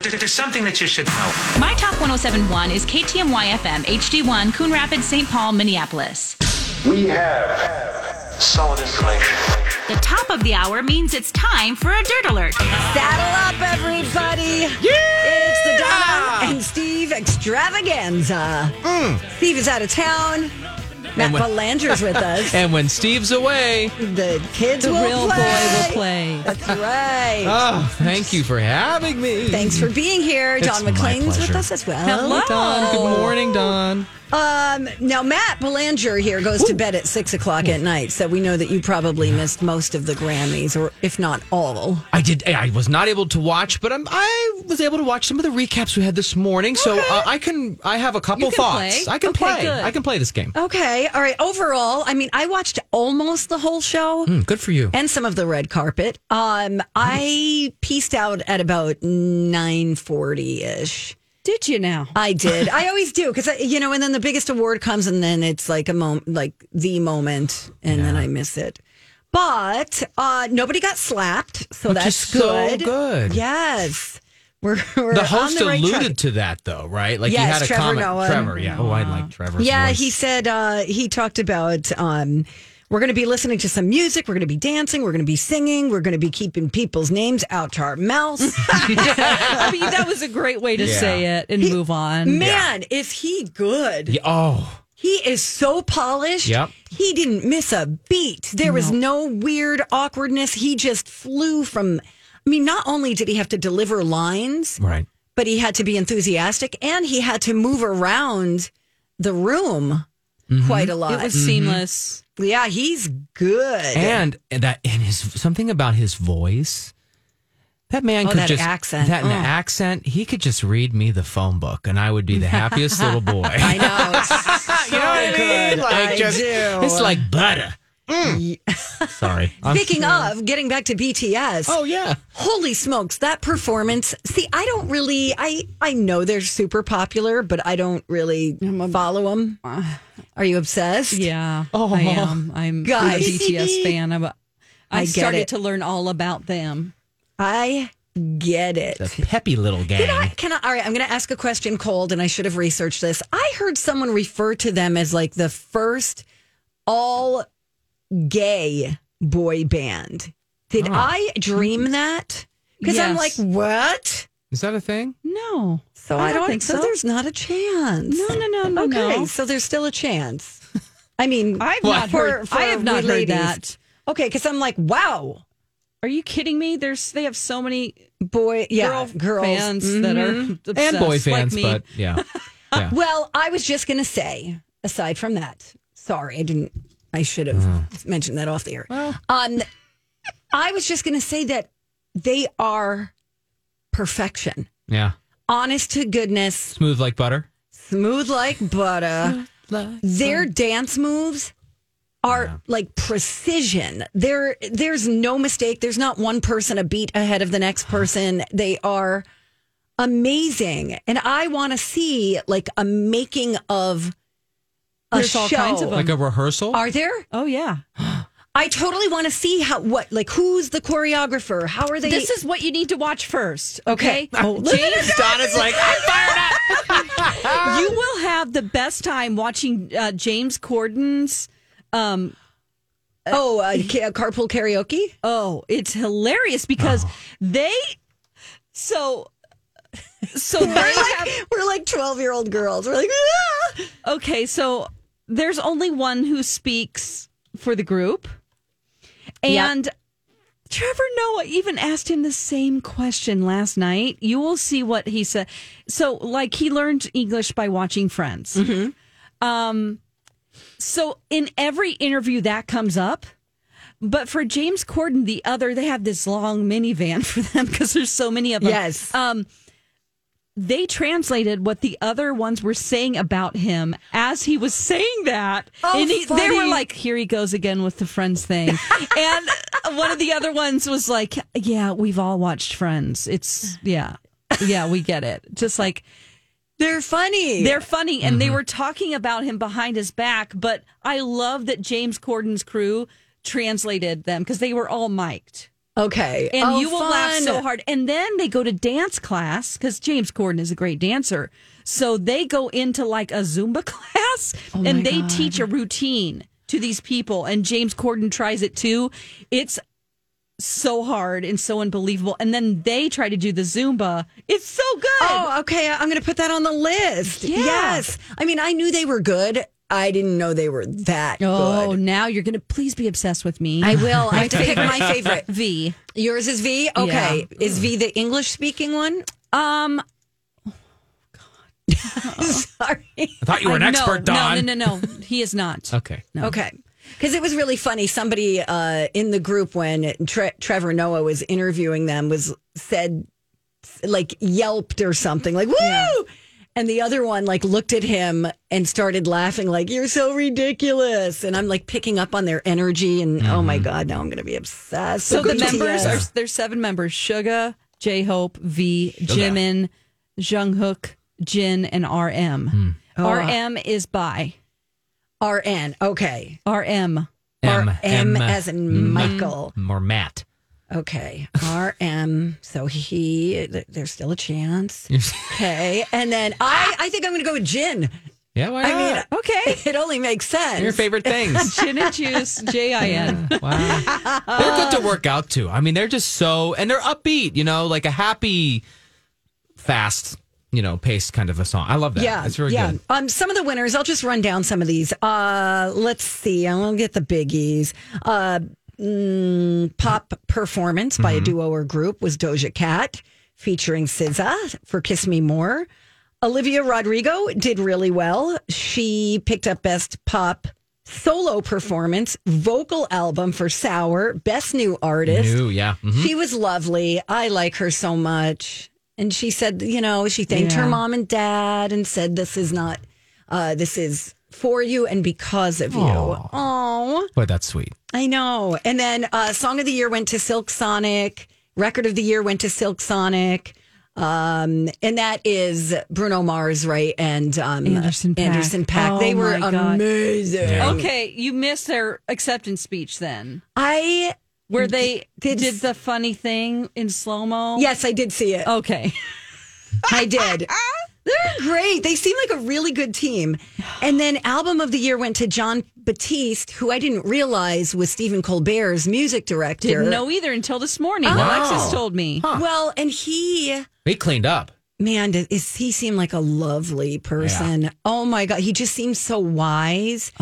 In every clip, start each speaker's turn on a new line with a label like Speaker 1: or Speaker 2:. Speaker 1: There's something that you should know.
Speaker 2: My Top 1071 is KTMY FM, HD1, Coon Rapids, St. Paul, Minneapolis.
Speaker 3: We have solid information.
Speaker 2: The top of the hour means it's time for a dirt alert.
Speaker 4: Saddle up, everybody. It's the Donna and Steve extravaganza.
Speaker 5: Mm.
Speaker 4: Steve is out of town. Matt
Speaker 6: when-
Speaker 4: Belanger's with us.
Speaker 6: And when Steve's away,
Speaker 4: the kids
Speaker 5: The
Speaker 4: will
Speaker 5: real
Speaker 4: play.
Speaker 5: boy will play.
Speaker 4: That's right.
Speaker 6: oh, thank you for having me.
Speaker 4: Thanks for being here.
Speaker 6: It's
Speaker 4: Don
Speaker 6: my
Speaker 4: McLean's with
Speaker 6: pleasure.
Speaker 4: us as well.
Speaker 5: Hello.
Speaker 6: Don. Good morning, Don.
Speaker 4: Um, now, Matt Belanger here goes to bed at 6 o'clock at night, so we know that you probably missed most of the Grammys, or if not all.
Speaker 6: I did. eh, I was not able to watch, but I'm, I was able to watch some of the recaps we had this morning. So uh, I can. I have a couple
Speaker 5: You can
Speaker 6: thoughts.
Speaker 5: play.
Speaker 6: I can
Speaker 5: Okay,
Speaker 6: play.
Speaker 5: good.
Speaker 6: I can play this game.
Speaker 4: Okay. All right. Overall, I mean, I watched almost the whole show.
Speaker 6: Mm, good for you.
Speaker 4: and some of the red carpet. Um, I pieced out at about nine forty ish.
Speaker 5: Did you now?
Speaker 4: I did. I always do because you know, and then the biggest award comes, and then it's like a moment, like the moment, and then I miss it. But uh, nobody got slapped, so
Speaker 6: Which
Speaker 4: that's
Speaker 6: is so
Speaker 4: good.
Speaker 6: good.
Speaker 4: Yes, we're, we're
Speaker 6: the
Speaker 4: on
Speaker 6: host
Speaker 4: the right
Speaker 6: alluded
Speaker 4: track.
Speaker 6: to that, though, right? Like he
Speaker 4: Yes,
Speaker 6: had a
Speaker 4: Trevor
Speaker 6: comment.
Speaker 4: Noah.
Speaker 6: Trevor, yeah. Oh, I like Trevor.
Speaker 4: Yeah,
Speaker 6: voice.
Speaker 4: he said uh, he talked about um, we're going to be listening to some music, we're going to be dancing, we're going to be singing, we're going to be keeping people's names out our mouths.
Speaker 5: I mean, that was a great way to
Speaker 6: Yeah.
Speaker 5: say it and move on.
Speaker 4: Man, is he good?
Speaker 6: Yeah, oh,
Speaker 4: He is so polished.
Speaker 6: Yep.
Speaker 4: He didn't miss a beat. There was no weird awkwardness. He just flew from. I mean, not only did he have to deliver lines,
Speaker 6: right.
Speaker 4: but he had to be enthusiastic and he had to move around the room quite a
Speaker 5: It
Speaker 4: lot.
Speaker 5: was seamless.
Speaker 4: yeah, he's good.
Speaker 6: and and that and his something about his voice. That man
Speaker 4: Oh,
Speaker 6: could
Speaker 4: that
Speaker 6: just
Speaker 4: accent.
Speaker 6: That and the
Speaker 4: Oh.
Speaker 6: accent, he could just read me the phone book, and I would be the happiest little boy.
Speaker 4: I know. it's so good. I do. Mm.
Speaker 6: It's like butter. Mm. Sorry. I'm-
Speaker 4: Speaking of getting back to BTS,
Speaker 6: oh yeah,
Speaker 4: Holy smokes, that performance. See, I don't really I I know they're super popular, but I don't really follow them. Are you obsessed?
Speaker 5: Yeah,
Speaker 6: Oh,
Speaker 5: I am. I'm, I'm a
Speaker 4: Guys.
Speaker 5: BTS fan. I'm a,
Speaker 4: I
Speaker 5: I,
Speaker 4: get
Speaker 5: started
Speaker 4: it.
Speaker 5: to learn all about them.
Speaker 4: I get it.
Speaker 6: the peppy little gang.
Speaker 4: Did I, can I, all right, I'm going to ask a question cold, and I should have researched this. I heard someone refer to them as like the first all gay boy band. Did I dream that? Because I'm like,
Speaker 5: Ah. Yes.
Speaker 4: what?
Speaker 6: Is that a thing?
Speaker 5: No,
Speaker 4: So I, don't, think so. There's not a chance.
Speaker 5: No, no, no, no,
Speaker 4: Okay,
Speaker 5: no.
Speaker 4: so there's still a chance. I mean,
Speaker 5: I've
Speaker 4: for-
Speaker 5: not heard-
Speaker 4: for
Speaker 5: I have not
Speaker 4: we
Speaker 5: heard
Speaker 4: ladies.
Speaker 5: that.
Speaker 4: Okay, because I'm like, wow,
Speaker 5: Are you kidding me? There's they have so many
Speaker 4: boy, yeah,
Speaker 5: girl
Speaker 4: girls. Mm-hmm.
Speaker 5: fans that are obsessed,
Speaker 4: uh,
Speaker 6: And boy fans,
Speaker 5: like me.
Speaker 6: but yeah.
Speaker 4: Well, I was just gonna say. Aside from that, sorry, I didn't. I should have mentioned that off the air. um, I was just gonna say that they are perfection,
Speaker 6: Yeah.
Speaker 4: honest to goodness.
Speaker 6: Smooth like butter.
Speaker 4: smooth like butter. Their dance moves are like precision. There, there's no mistake. There's not one person a beat ahead of the next person. They are amazing, and I want to see like a making of a
Speaker 5: There's
Speaker 4: show.
Speaker 5: all kinds of 'em.
Speaker 6: Like a rehearsal?
Speaker 4: Um, Are there?
Speaker 5: Oh yeah,
Speaker 4: I totally want to see how what like who's the choreographer? How are they?
Speaker 5: this is what you need to watch first.
Speaker 4: Okay.
Speaker 5: Okay,
Speaker 4: Oh,
Speaker 5: James,
Speaker 6: Donna's like, I'm fired up.
Speaker 5: you will have the best time watching uh, James Corden's. Um,
Speaker 4: oh uh, ca- carpool karaoke.
Speaker 5: Oh, it's hilarious because they so so they
Speaker 4: We're
Speaker 5: have
Speaker 4: like we're like twelve year old girls. We're like. "Ah!"
Speaker 5: okay, so there's only one who speaks for the group. And Trevor Noah even asked him the same question last night. You will see what he said. So, like, he learned English by watching Friends. Um, so, in every interview, that comes up. But for James Corden, the other, they have this long minivan for them because there's so many of them
Speaker 4: Yes.
Speaker 5: uh, they translated what the other ones were saying about him as he was saying that.
Speaker 4: Oh,
Speaker 5: and he, they were
Speaker 4: funny.
Speaker 5: like, here he goes again with the Friends thing. and one of the other ones was like, yeah, we've all watched Friends. It's, yeah, yeah, we get it. Just like,
Speaker 4: They're funny.
Speaker 5: they're funny and
Speaker 4: Mm-hmm.
Speaker 5: they were talking about him behind his back. But I love that James Corden's crew translated them because they were all mic'd.
Speaker 4: Okay.
Speaker 5: and
Speaker 4: Oh,
Speaker 5: you will laugh
Speaker 4: fun.
Speaker 5: so hard. And then they go to dance class because James Corden is a great dancer. So they go into like a Zumba class and they teach a routine to these people. And James Corden tries it too. It's so hard and so unbelievable. And then they try to do the Zumba. It's so good.
Speaker 4: Oh, okay. I'm going to put that on the list.
Speaker 5: Yeah.
Speaker 4: Yes. I mean, I knew they were good. I didn't know they were that
Speaker 5: Oh,
Speaker 4: good.
Speaker 5: now you're going to please be obsessed with me.
Speaker 4: I will. I have to pick my favorite.
Speaker 5: V.
Speaker 4: Yours is V? Okay. Is V the English speaking one?
Speaker 5: Um,
Speaker 4: Sorry.
Speaker 6: I thought you were an
Speaker 5: I- no,
Speaker 6: expert, Don.
Speaker 5: No, no, no, no. He is not.
Speaker 6: Okay.
Speaker 4: Okay. Because it was really funny. Somebody uh, in the group when Tre- Trevor Noah was interviewing them was said like yelped or something like woo, and the other one like looked at him and started laughing like you're so ridiculous. And I'm like picking up on their energy and oh my god, now I'm gonna be obsessed.
Speaker 5: Mm-hmm. So the
Speaker 4: with
Speaker 5: members are
Speaker 4: BTS.
Speaker 5: there's seven members: Suga, J Hope, V, Jimin, Jungkook, Jin, and RM. RM is by
Speaker 4: RN. Okay,
Speaker 5: RM.
Speaker 6: M,
Speaker 4: M as
Speaker 5: Mm-hmm.
Speaker 4: in Michael.
Speaker 6: or Matt.
Speaker 4: Okay, RM. So he, th- there's still a chance. Okay, and then I, I think I'm going to go with gin.
Speaker 6: Yeah, why not?
Speaker 4: I mean, okay, it only makes sense.
Speaker 6: Ah, your favorite things.
Speaker 5: Jin and Juice, J I N.
Speaker 6: wow. They're good to work out to. I mean, they're just so, and they're upbeat, you know, like a happy, fast, you know, pace kind of a song. I love that.
Speaker 4: Yeah,
Speaker 6: It's really
Speaker 4: yeah.
Speaker 6: good.
Speaker 4: Um, some of the winners. I'll just run down some of these. Uh, let's see. I'll get the biggies. Uh, mm, pop performance by a
Speaker 6: Mm-hmm.
Speaker 4: duo or group was Doja Cat featuring SZA for "Kiss Me More." Olivia Rodrigo did really well. She picked up best pop solo performance, vocal album for "Sour," best new artist.
Speaker 6: New, yeah. Mhm.
Speaker 4: She was lovely. I like her so much. And she said, you know, she thanked her mom and dad and said, this is not, uh, this is for you and because of you. Oh,
Speaker 6: Boy, that's sweet.
Speaker 4: I know. And then uh, Song of the Year went to Silk Sonic. Record of the Year went to Silk Sonic. Um, and that is Bruno Mars, right? And um,
Speaker 5: Anderson Paak.
Speaker 4: Anderson Paak.
Speaker 5: Oh,
Speaker 4: they were
Speaker 5: my God.
Speaker 4: amazing.
Speaker 5: Okay, you missed their acceptance speech then,
Speaker 4: I,
Speaker 5: where they
Speaker 4: Did-
Speaker 5: did, the funny thing in slow mo.
Speaker 4: yes, I did see it.
Speaker 5: Okay.
Speaker 4: I did. They're great. They seem like a really good team. And then album of the year went to John Batiste, who I didn't realize was Stephen Colbert's music director.
Speaker 5: Didn't know either until this morning. Alexis told me.
Speaker 4: Well, and he,
Speaker 6: They cleaned up.
Speaker 4: man, does- is he seemed like a lovely person. Oh my god, he just seems so wise.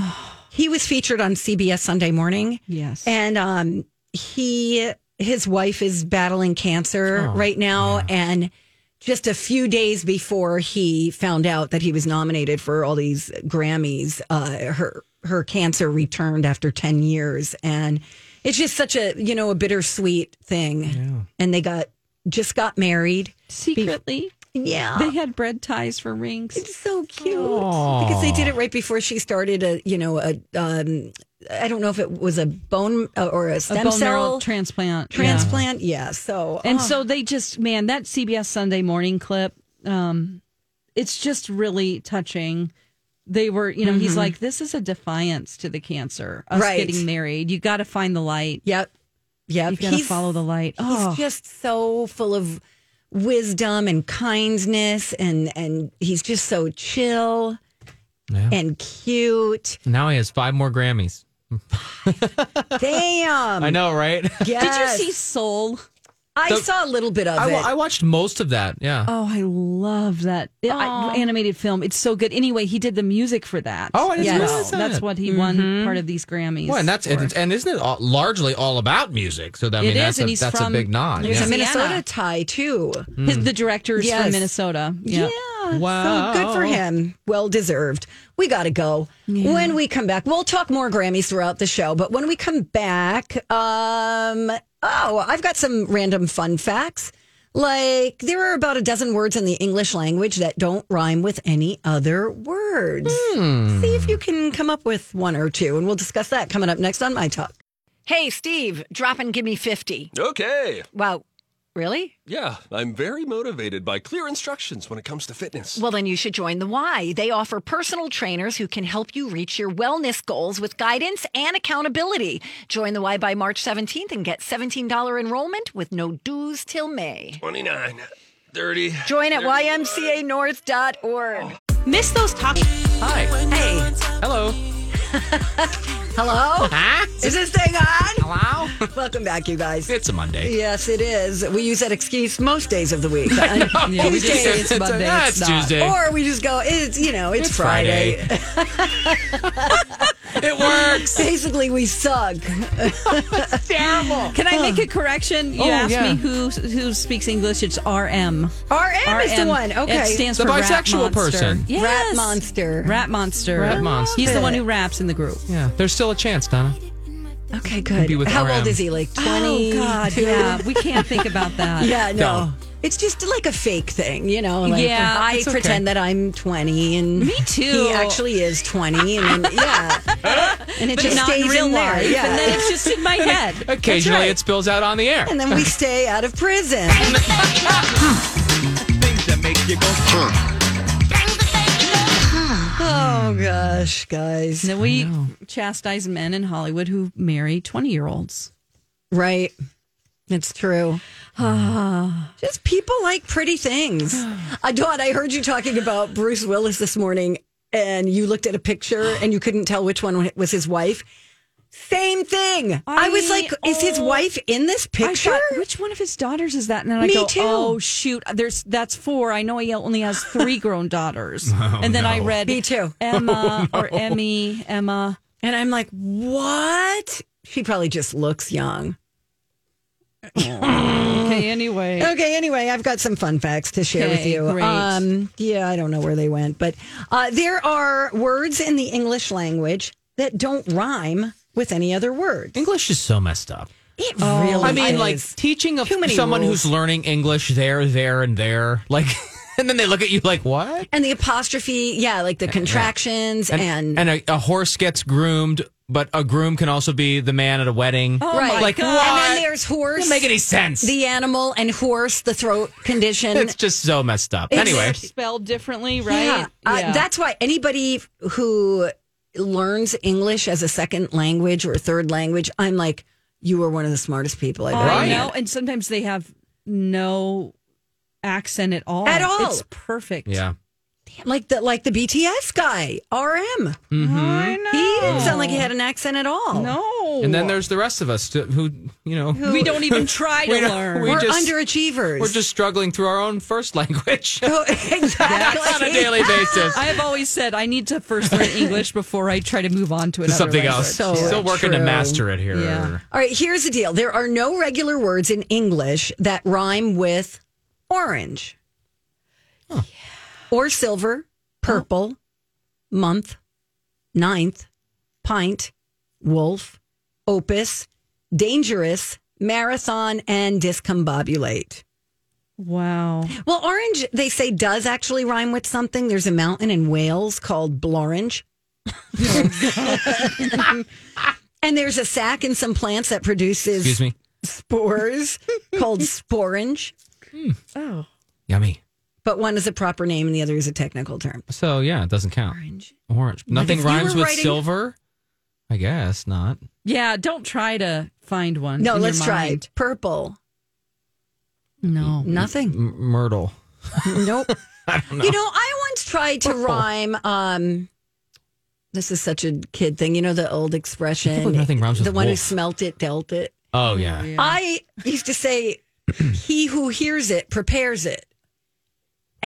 Speaker 4: he was featured on CBS Sunday Morning.
Speaker 5: Yes.
Speaker 4: And um he his wife is battling cancer right now and just a few days before he found out that he was nominated for all these Grammys, uh, her her cancer returned after ten years, and it's just such a you know a bittersweet thing. And they got just got married.
Speaker 5: Secretly,
Speaker 4: Yeah,
Speaker 5: they had bread ties for rings.
Speaker 4: it's so cute because they did it right before she started a you know a um, I don't know if it was a bone uh, or a
Speaker 5: A
Speaker 4: stem
Speaker 5: bone marrow
Speaker 4: cell
Speaker 5: transplant. Yeah.
Speaker 4: transplant. Yeah, so
Speaker 5: And
Speaker 4: oh,
Speaker 5: so they just, man, that CBS Sunday morning clip, um, it's just really touching. They were, you know,
Speaker 6: Mm-hmm.
Speaker 5: he's like, this is a defiance to the cancer, us
Speaker 4: Right.
Speaker 5: getting married. You got to find the light.
Speaker 4: yep, yep.
Speaker 5: You got to follow the light. Oh,
Speaker 4: He's just so full of wisdom and kindness, and and he's just so chill
Speaker 6: Yeah.
Speaker 4: and cute.
Speaker 6: Now he has five more Grammys.
Speaker 4: Damn.
Speaker 6: I know, right?
Speaker 5: did you
Speaker 4: yes.
Speaker 5: see Soul?
Speaker 4: I
Speaker 6: the-
Speaker 4: saw a little bit of
Speaker 6: I,
Speaker 4: it.
Speaker 6: wa- I watched most of that. Yeah.
Speaker 5: Oh, I love that I, animated film. It's so good. Anyway, he did the music for that.
Speaker 6: Oh, I didn't
Speaker 5: as
Speaker 6: realize
Speaker 5: well.
Speaker 6: that.
Speaker 5: That's what he won part of these Grammys.
Speaker 6: Well, and that's and, and isn't it all, largely all about music? So that, I mean,
Speaker 5: It is,
Speaker 6: that's
Speaker 5: and
Speaker 6: a,
Speaker 5: he's
Speaker 6: that's a
Speaker 5: from-
Speaker 6: big nod.
Speaker 5: there's
Speaker 4: It's
Speaker 6: Yeah.
Speaker 4: a Minnesota
Speaker 5: Indiana.
Speaker 4: tie too.
Speaker 5: His, the director's
Speaker 4: Yes.
Speaker 5: from Minnesota.
Speaker 4: Yeah.
Speaker 6: Wow.
Speaker 4: So good for him. Well deserved. We got to go. When we come back, we'll talk more Grammys throughout the show. But when we come back, um, oh, I've got some random fun facts. Like there are about a dozen words in the English language that don't rhyme with any other words. See if you can come up with one or two, and we'll discuss that coming up next on My Talk. Hey, Steve, drop and give me 50.
Speaker 3: Okay.
Speaker 4: Wow. Really?
Speaker 1: Yeah, I'm very motivated by clear instructions when it comes to fitness.
Speaker 7: Well, then you should join the Y. They offer personal trainers who can help you reach your wellness goals with guidance and accountability. Join the Y by March 17th and get $17 enrollment with no dues till May.
Speaker 1: 29, 30.
Speaker 7: Join at ymcanorth.org.
Speaker 2: Miss those talk.
Speaker 6: Hi.
Speaker 7: Hey,
Speaker 6: Hello.
Speaker 7: hello?
Speaker 6: Ah,
Speaker 4: Is this thing on?
Speaker 6: hello.
Speaker 4: Welcome back, you guys.
Speaker 6: it's a Monday.
Speaker 4: Yes, it is. We use that excuse most days of the week. yeah,
Speaker 6: we do.
Speaker 4: Tuesday, it's
Speaker 6: It's-
Speaker 4: Monday,
Speaker 6: ah,
Speaker 4: it's
Speaker 6: it's
Speaker 4: not.
Speaker 6: Tuesday.
Speaker 4: Or we just go, it's, you know, it's, Friday.
Speaker 6: it works.
Speaker 4: Basically, we suck.
Speaker 6: Terrible.
Speaker 5: Can I make a correction? You
Speaker 6: Oh,
Speaker 5: asked
Speaker 6: yeah.
Speaker 5: me who who speaks English. It's
Speaker 4: RM,
Speaker 5: RM.
Speaker 4: is the
Speaker 5: RM.
Speaker 4: one. Okay.
Speaker 5: It stands
Speaker 6: The
Speaker 5: for
Speaker 6: bisexual
Speaker 5: rat monster.
Speaker 6: person.
Speaker 5: Yes.
Speaker 4: Rat monster.
Speaker 5: Rat monster.
Speaker 6: Rat I love monster.
Speaker 5: He's the one
Speaker 4: it.
Speaker 5: who raps in the group.
Speaker 6: Yeah, there's still a chance, Donna.
Speaker 4: okay,
Speaker 6: Be
Speaker 4: good.
Speaker 6: with
Speaker 4: How
Speaker 6: RM.
Speaker 4: old is he? Like 20?
Speaker 5: Oh God. Yeah. We can't think about that.
Speaker 4: Yeah, no.
Speaker 6: Don't.
Speaker 4: It's just like a fake thing, you know. Like,
Speaker 5: Yeah,
Speaker 4: I
Speaker 5: it's
Speaker 4: pretend that I'm 20, and me
Speaker 5: too.
Speaker 4: He actually is 20 , and then, yeah,
Speaker 5: And it
Speaker 4: But
Speaker 5: just
Speaker 4: it
Speaker 5: not
Speaker 4: stays
Speaker 5: in real
Speaker 4: in there,
Speaker 5: life.
Speaker 4: yeah.
Speaker 5: And then it's just in my head.
Speaker 6: Occasionally,
Speaker 5: That's right.
Speaker 6: it spills out on the air.
Speaker 4: and then we stay out of prison.
Speaker 8: Things that make you go, huh.
Speaker 4: Oh gosh, guys,
Speaker 5: Then we chastise men in Hollywood who marry 20 year olds.
Speaker 4: right? It's true. just people like pretty things. I Dawn, I heard you talking about Bruce Willis this morning, and you looked at a picture and you couldn't tell which one was his wife. Same thing. I, was
Speaker 5: I-
Speaker 4: like, is his
Speaker 5: oh.
Speaker 4: wife in this picture?
Speaker 5: I thought, which one of his daughters is that? And then I
Speaker 4: Me
Speaker 5: go,
Speaker 4: too.
Speaker 5: oh shoot, there's that's four. I know he only has three grown daughters. and then I
Speaker 6: Oh, no. Oh,
Speaker 5: read
Speaker 4: Me too.
Speaker 5: Emma or Emmy Emma.
Speaker 4: And I'm like, what? She probably just looks young.
Speaker 5: Okay, anyway,
Speaker 4: Okay, anyway, I've got some fun facts to share with
Speaker 5: Okay,
Speaker 4: you.
Speaker 5: great.
Speaker 4: Um, yeah, I don't know where they went, but uh, there are words in the English language that don't rhyme with any other word.
Speaker 6: English is so messed up.
Speaker 4: It really
Speaker 6: I mean,
Speaker 4: is.
Speaker 6: like teaching a,
Speaker 4: Too many
Speaker 6: someone
Speaker 4: rules.
Speaker 6: who's learning English there, there, and there, like, and then they look at you like, what?
Speaker 4: and the apostrophe, yeah, like the contractions and,
Speaker 6: and a, a horse gets groomed, but a groom can also be the man at a wedding. Oh
Speaker 4: right.
Speaker 6: like
Speaker 4: and
Speaker 6: what?
Speaker 4: then there's horse,
Speaker 6: Doesn't make any sense.
Speaker 4: the animal and horse, the throat condition.
Speaker 6: it's just so messed up. Anyway,
Speaker 5: spelled differently, right?
Speaker 4: Yeah. Uh, that's why anybody who learns English as a second language or a third language, I'm like, you are one of the smartest people I've ever
Speaker 5: Oh, I
Speaker 6: Right.
Speaker 4: met.
Speaker 5: know. And sometimes they have no accent at all.
Speaker 4: At all.
Speaker 5: It's perfect.
Speaker 6: yeah,
Speaker 4: Like the like the BTS guy, RM.
Speaker 5: I know.
Speaker 4: He didn't sound like he had an accent at all.
Speaker 5: No.
Speaker 6: and then there's the rest of us to, who, you know,
Speaker 5: we don't even try to
Speaker 6: We don't-
Speaker 5: learn.
Speaker 6: we
Speaker 4: We're
Speaker 6: just-
Speaker 4: underachievers.
Speaker 6: we're just struggling through our own first language
Speaker 4: So- exactly.
Speaker 6: on a daily basis.
Speaker 5: I have always said I need to first learn English before I try to move on to
Speaker 6: to
Speaker 5: another
Speaker 6: something
Speaker 5: language.
Speaker 6: else.
Speaker 4: So
Speaker 6: Still working to
Speaker 4: true.
Speaker 6: master it here.
Speaker 5: Yeah.
Speaker 4: All right, here's the deal. There are no regular words in English that rhyme with orange or silver, purple, month, ninth, pint, wolf, opus, dangerous, marathon, and discombobulate.
Speaker 5: Wow.
Speaker 4: Well, orange, they say, does actually rhyme with something. There's a mountain in Wales called Blorange. and there's a sac in some plants that produces
Speaker 6: Excuse me.
Speaker 4: spores called sporange,
Speaker 5: Oh.
Speaker 6: Yummy.
Speaker 4: but one is a proper name and the other is a technical term.
Speaker 6: So yeah, it doesn't count.
Speaker 4: Orange.
Speaker 6: Orange. Nothing
Speaker 4: if you
Speaker 6: rhymes
Speaker 4: were
Speaker 6: with
Speaker 4: writing-
Speaker 6: silver. I guess not.
Speaker 5: Yeah, don't try to find one.
Speaker 4: No,
Speaker 5: in your
Speaker 4: let's try
Speaker 5: mind.
Speaker 4: it. Purple.
Speaker 5: No.
Speaker 4: Nothing.
Speaker 6: M- Myrtle.
Speaker 4: Nope. You know, I once tried to rhyme. Um, this is such a kid thing. You know the old
Speaker 6: can't believe
Speaker 4: expression.
Speaker 6: nothing rhymes
Speaker 4: the
Speaker 6: with
Speaker 4: one who
Speaker 6: wolf.
Speaker 4: smelt it dealt it.
Speaker 6: Oh yeah.
Speaker 4: I used to say, "He who hears it prepares it."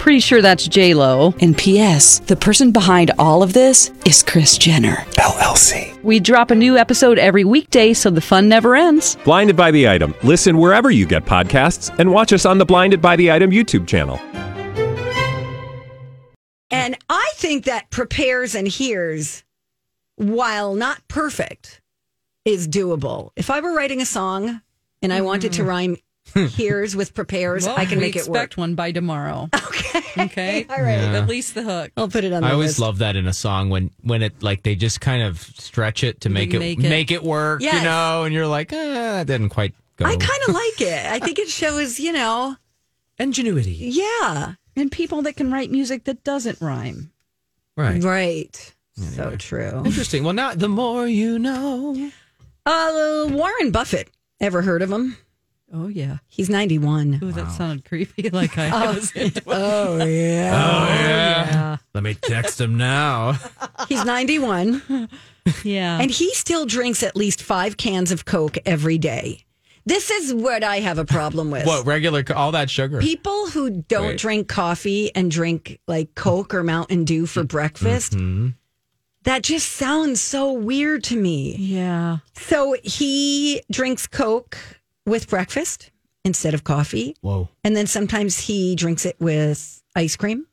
Speaker 5: Pretty sure that's J Lo.
Speaker 9: And P.S. The person behind all of this is Chris Jenner
Speaker 10: LLC.
Speaker 5: We drop a new episode every weekday, so the fun never ends.
Speaker 10: Blinded by the item. Listen wherever you get podcasts, and watch us on the Blinded by the Item YouTube channel.
Speaker 4: And I think that prepares and hears, while not perfect, is doable. If I were writing a song and I wanted
Speaker 6: Mm.
Speaker 4: to rhyme hears with prepares, I can make it work.
Speaker 5: one by tomorrow. Okay. Okay.
Speaker 4: All right.
Speaker 6: Yeah.
Speaker 5: At least the hook.
Speaker 4: I'll put it on the
Speaker 6: I always
Speaker 4: list.
Speaker 6: love that in a song when when it like they just kind of stretch it to make it,
Speaker 5: make
Speaker 6: make
Speaker 5: it-
Speaker 6: it work,
Speaker 4: Yes.
Speaker 6: you know, and you're like, ah, that didn't quite go.
Speaker 4: I kind of like it. I think it shows, you know,
Speaker 6: ingenuity,
Speaker 4: yeah,
Speaker 5: And people that can write music that doesn't rhyme.
Speaker 6: right?
Speaker 4: right. So true.
Speaker 6: Interesting. Well, now the more you know.
Speaker 4: Uh, Warren Buffett. Ever heard of him?
Speaker 5: Oh yeah.
Speaker 4: He's 91.
Speaker 5: Ooh, that sounded creepy. Like I was.
Speaker 4: Oh, yeah.
Speaker 6: yeah. Let me text him now.
Speaker 4: He's 91.
Speaker 5: Yeah.
Speaker 4: And he still drinks at least five cans of Coke every day. This is what I have a problem with.
Speaker 6: what regular? co- All that sugar.
Speaker 4: People who don't
Speaker 6: Right.
Speaker 4: drink coffee and drink like Coke or Mountain Dew for breakfast, that just sounds so weird to me.
Speaker 5: yeah.
Speaker 4: So he drinks Coke with breakfast instead of coffee.
Speaker 6: Whoa.
Speaker 4: And then sometimes he drinks it with ice cream.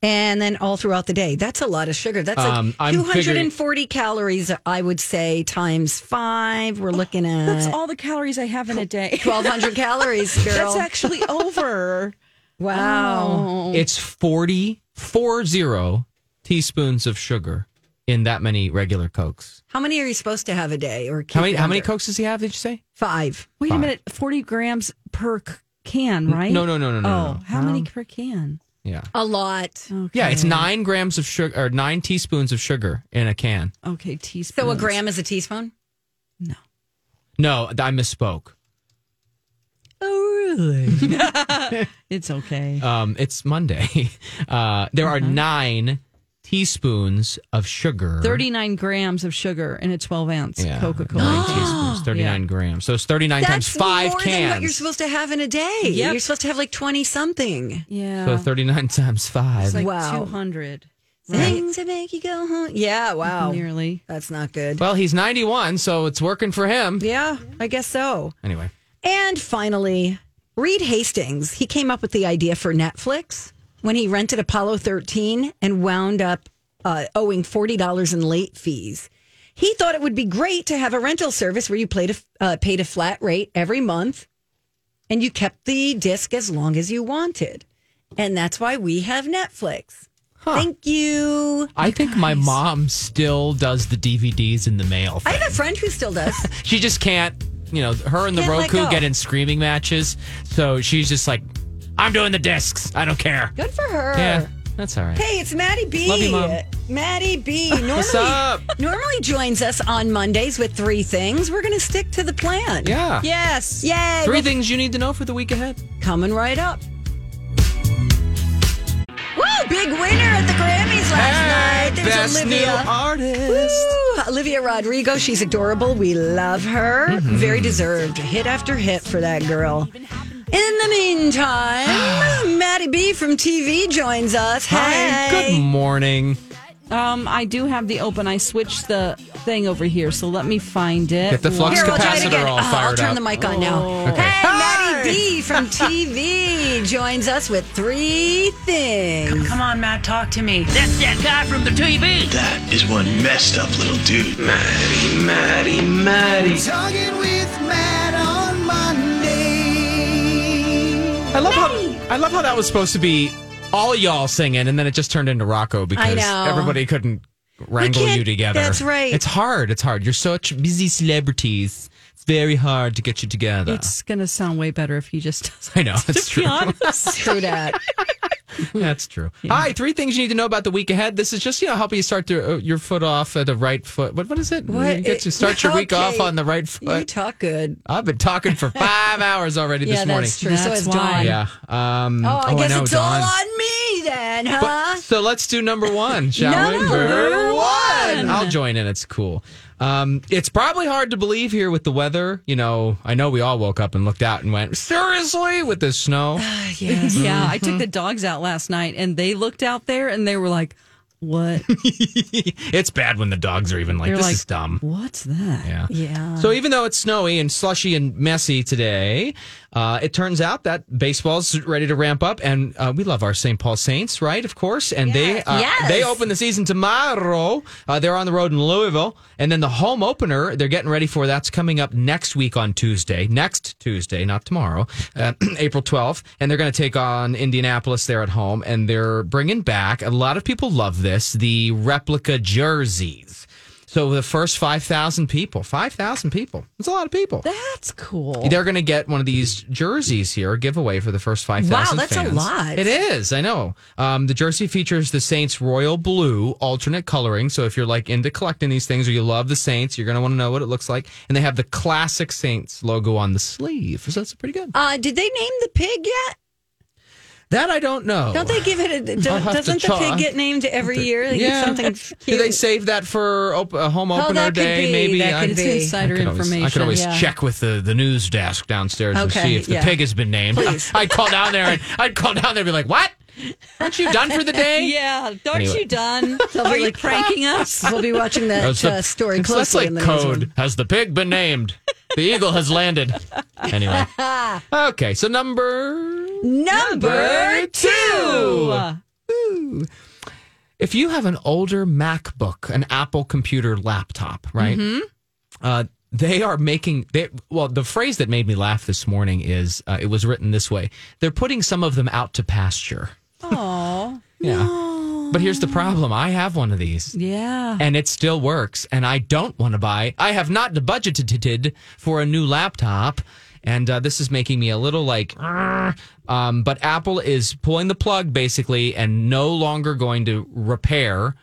Speaker 4: And then all throughout the day. That's a lot of sugar. That's
Speaker 6: Um,
Speaker 4: like
Speaker 6: I'm
Speaker 4: 240 calories, I would say, times five. We're looking at
Speaker 5: That's all the calories I have in a day.
Speaker 4: 1,200 calories, girl.
Speaker 5: That's actually over.
Speaker 6: Oh.
Speaker 5: Oh.
Speaker 4: wow.
Speaker 6: It's 40, 40 teaspoons of sugar in that many regular cokes.
Speaker 4: How many are you supposed to have a day? Or
Speaker 6: How many? How many
Speaker 4: cokes?
Speaker 6: cokes does he have? Did you say?
Speaker 4: Five.
Speaker 5: Wait a minute. Forty grams per c- can, right?
Speaker 6: No, no, no, no, no,
Speaker 5: Oh,
Speaker 6: no.
Speaker 5: how many per can?
Speaker 6: Yeah.
Speaker 4: A lot.
Speaker 6: Yeah, it's nine grams of sugar or nine teaspoons of sugar in a can.
Speaker 5: Okay, teaspoon.
Speaker 4: So a gram is a teaspoon?
Speaker 6: No, I misspoke.
Speaker 5: Oh, really? it's okay.
Speaker 6: Um, it's Monday. Uh, there are nine teaspoons of sugar.
Speaker 5: 39 grams of sugar in a 12 ounce
Speaker 6: Yeah,
Speaker 5: Coca
Speaker 6: nine
Speaker 5: Cola.
Speaker 6: teaspoons, 39 grams. So it's 39 times
Speaker 4: That's
Speaker 6: five
Speaker 4: more than what you're
Speaker 6: cans.
Speaker 4: supposed to have in a day.
Speaker 5: Yep.
Speaker 4: You're supposed to have like 20 something.
Speaker 5: yeah.
Speaker 6: So 39 times five.
Speaker 5: it's like
Speaker 4: Wow.
Speaker 5: 200.
Speaker 4: Things that make you go, huh? Yeah, wow.
Speaker 5: Nearly.
Speaker 4: That's not good.
Speaker 6: well, he's 91, so it's working for him.
Speaker 4: Yeah, I guess so.
Speaker 6: Anyway,
Speaker 4: And finally, Reed Hastings, he came up with the idea for Netflix when he rented Apollo 13 and wound up uh, owing $40 in late fees. He thought it would be great to have a rental service where you played a, uh, paid a flat rate every month and you kept the disc as long as you wanted. And that's why we have Netflix. Thank you.
Speaker 6: I think my mom still does the DVDs in the mail.
Speaker 4: I
Speaker 6: Thing.
Speaker 4: have a friend who still does.
Speaker 6: She just can't, you know, her and the
Speaker 4: Can't let
Speaker 6: Roku
Speaker 4: go.
Speaker 6: get in screaming matches. So she's just like, I'm doing the discs. I don't care.
Speaker 4: Good for her.
Speaker 6: Yeah, that's all right.
Speaker 4: Hey, it's Maddie B.
Speaker 6: Love you, Mom.
Speaker 4: Maddie B. Normally,
Speaker 6: What's up?
Speaker 4: normally joins us on Mondays with three things. We're going to stick to the plan.
Speaker 6: Yeah.
Speaker 5: Yes.
Speaker 4: Yay.
Speaker 6: Three things you need to know for the week ahead.
Speaker 4: Coming right up. Woo! Big winner at the Grammys last night. There's Olivia. Woo! Olivia Rodrigo, she's adorable. We love her.
Speaker 6: Mm-hmm.
Speaker 4: Very deserved. Hit after hit for that girl. In the meantime, Maddie B from TV joins us.
Speaker 6: Hi.
Speaker 4: Hey.
Speaker 6: Good morning.
Speaker 5: Um, I do have the open. I switched the thing over here, so let me find it.
Speaker 6: Get the flux
Speaker 4: Here, we'll try it
Speaker 6: capacitor
Speaker 4: again.
Speaker 6: all
Speaker 4: Oh,
Speaker 6: fired
Speaker 4: I'll turn
Speaker 6: up. Oh.
Speaker 4: the mic on now.
Speaker 6: Okay.
Speaker 4: Hey, Maddie B from TV joins us with three things.
Speaker 11: Come on, Matt, talk to me. That's that guy from the TV.
Speaker 8: That is one messed up little dude. Maddie, Maddie, Maddie. Talking with Matt on Monday.
Speaker 6: I love how I love how that was supposed to be all y'all singing, and then it just turned into Rocco
Speaker 4: I
Speaker 6: because
Speaker 4: know.
Speaker 6: everybody couldn't wrangle
Speaker 4: can't-
Speaker 6: you together.
Speaker 4: that's right.
Speaker 6: It's hard. It's hard. You're such busy celebrities. It's very hard to get you together.
Speaker 5: It's gonna sound way better if he just does.
Speaker 6: I know. It's true.
Speaker 4: True that.
Speaker 6: That's true. Hi, three things you need to know about the week ahead. This is just you know helping you start your, uh, your foot off at the right foot. What what is it?
Speaker 4: What?
Speaker 6: You get to start your week off
Speaker 4: Okay.
Speaker 6: on the right
Speaker 4: You
Speaker 6: foot.
Speaker 4: talk good.
Speaker 6: I've been talking for five hours already
Speaker 4: Yeah,
Speaker 6: this
Speaker 4: that's
Speaker 6: morning.
Speaker 4: true. So That's has why. Dawn.
Speaker 6: Yeah. Um,
Speaker 4: Oh, I guess
Speaker 6: know,
Speaker 4: it's
Speaker 6: Dawn.
Speaker 4: all on me then, huh?
Speaker 6: But- so let's do number one, shall we?
Speaker 4: Uh, Number one.
Speaker 6: I'll join in. It's cool. Um, it's probably hard to believe here with the weather. You know, I know we all woke up and looked out and went, seriously, with this snow.
Speaker 5: Yes. yeah, I
Speaker 6: Mm-hmm.
Speaker 5: took the dogs out last night and they looked out there and they were like, what?
Speaker 6: it's bad when the dogs are even like,
Speaker 5: They're
Speaker 6: this
Speaker 5: like,
Speaker 6: is dumb.
Speaker 5: What's that?
Speaker 6: Yeah.
Speaker 5: Yeah.
Speaker 6: So even though it's snowy and slushy and messy today, uh, it turns out that baseball's ready to ramp up, and uh, we love our St. Paul Saints, right? Of course, and they uh,
Speaker 12: Yes.
Speaker 6: they open the season tomorrow. Uh, they're on the road in Louisville, and then the home opener they're getting ready for. That's coming up next week on Tuesday, next Tuesday, not tomorrow, uh, April twelfth, and they're going to take on Indianapolis there at home, and they're bringing back a lot of people love this the replica jerseys. So the first 5,000 people, 5,000 people. That's a lot of people.
Speaker 5: That's cool.
Speaker 6: They're going to get one of these jerseys here, a giveaway for the first 5,000
Speaker 5: Wow, that's a
Speaker 6: fans.
Speaker 5: lot.
Speaker 6: It is, I know. Um, the jersey features the Saints royal blue alternate coloring. So if you're like into collecting these things or you love the Saints, you're going to want to know what it looks like. And they have the classic Saints logo on the sleeve. So that's pretty good.
Speaker 4: Uh, did they name the pig yet?
Speaker 6: That I don't know.
Speaker 4: Don't they give it a. do-
Speaker 6: I'll have to
Speaker 4: doesn't the
Speaker 6: try.
Speaker 4: pig get named every year? They get
Speaker 6: yeah.
Speaker 4: something
Speaker 6: Do
Speaker 4: cute.
Speaker 6: they save that for op- a home
Speaker 4: Oh,
Speaker 6: opener
Speaker 4: that could
Speaker 6: day?
Speaker 4: be,
Speaker 6: Maybe
Speaker 4: that could
Speaker 6: I-
Speaker 4: be. It's insider
Speaker 6: I could always- I
Speaker 4: information,
Speaker 6: could always
Speaker 4: yeah.
Speaker 6: check with the, the news desk downstairs and
Speaker 4: Okay,
Speaker 6: see if the
Speaker 4: yeah.
Speaker 6: pig has been named.
Speaker 4: Please.
Speaker 6: I'd call down there and I'd call down there and be like, "What? Aren't you done for the day?"
Speaker 5: yeah. Aren't
Speaker 6: Anyway.
Speaker 5: you done?
Speaker 4: They'll be
Speaker 5: Are you
Speaker 4: like,
Speaker 5: pranking us?
Speaker 4: We'll be watching that
Speaker 6: That's the-
Speaker 4: uh, story
Speaker 6: it's-
Speaker 4: closely.
Speaker 6: That's like
Speaker 4: in the news
Speaker 6: code.
Speaker 4: room.
Speaker 6: Has the pig been named? The eagle has landed. Anyway, okay. So number
Speaker 4: Number
Speaker 6: two. if you have an older MacBook, an Apple computer laptop, right?
Speaker 4: Mm-hmm.
Speaker 12: Mhm.
Speaker 6: Uh, they are making they well. The phrase that made me laugh this morning is uh, it was written this way: they're putting some of them out to pasture.
Speaker 5: Oh.
Speaker 6: Yeah. But here's the problem: I have one of these.
Speaker 5: Yeah.
Speaker 6: And it still works, and I don't want to buy. I have not budgeted for a new laptop, and uh, this is making me a little like. "Argh." Um, but Apple is pulling the plug basically, and no longer going to repair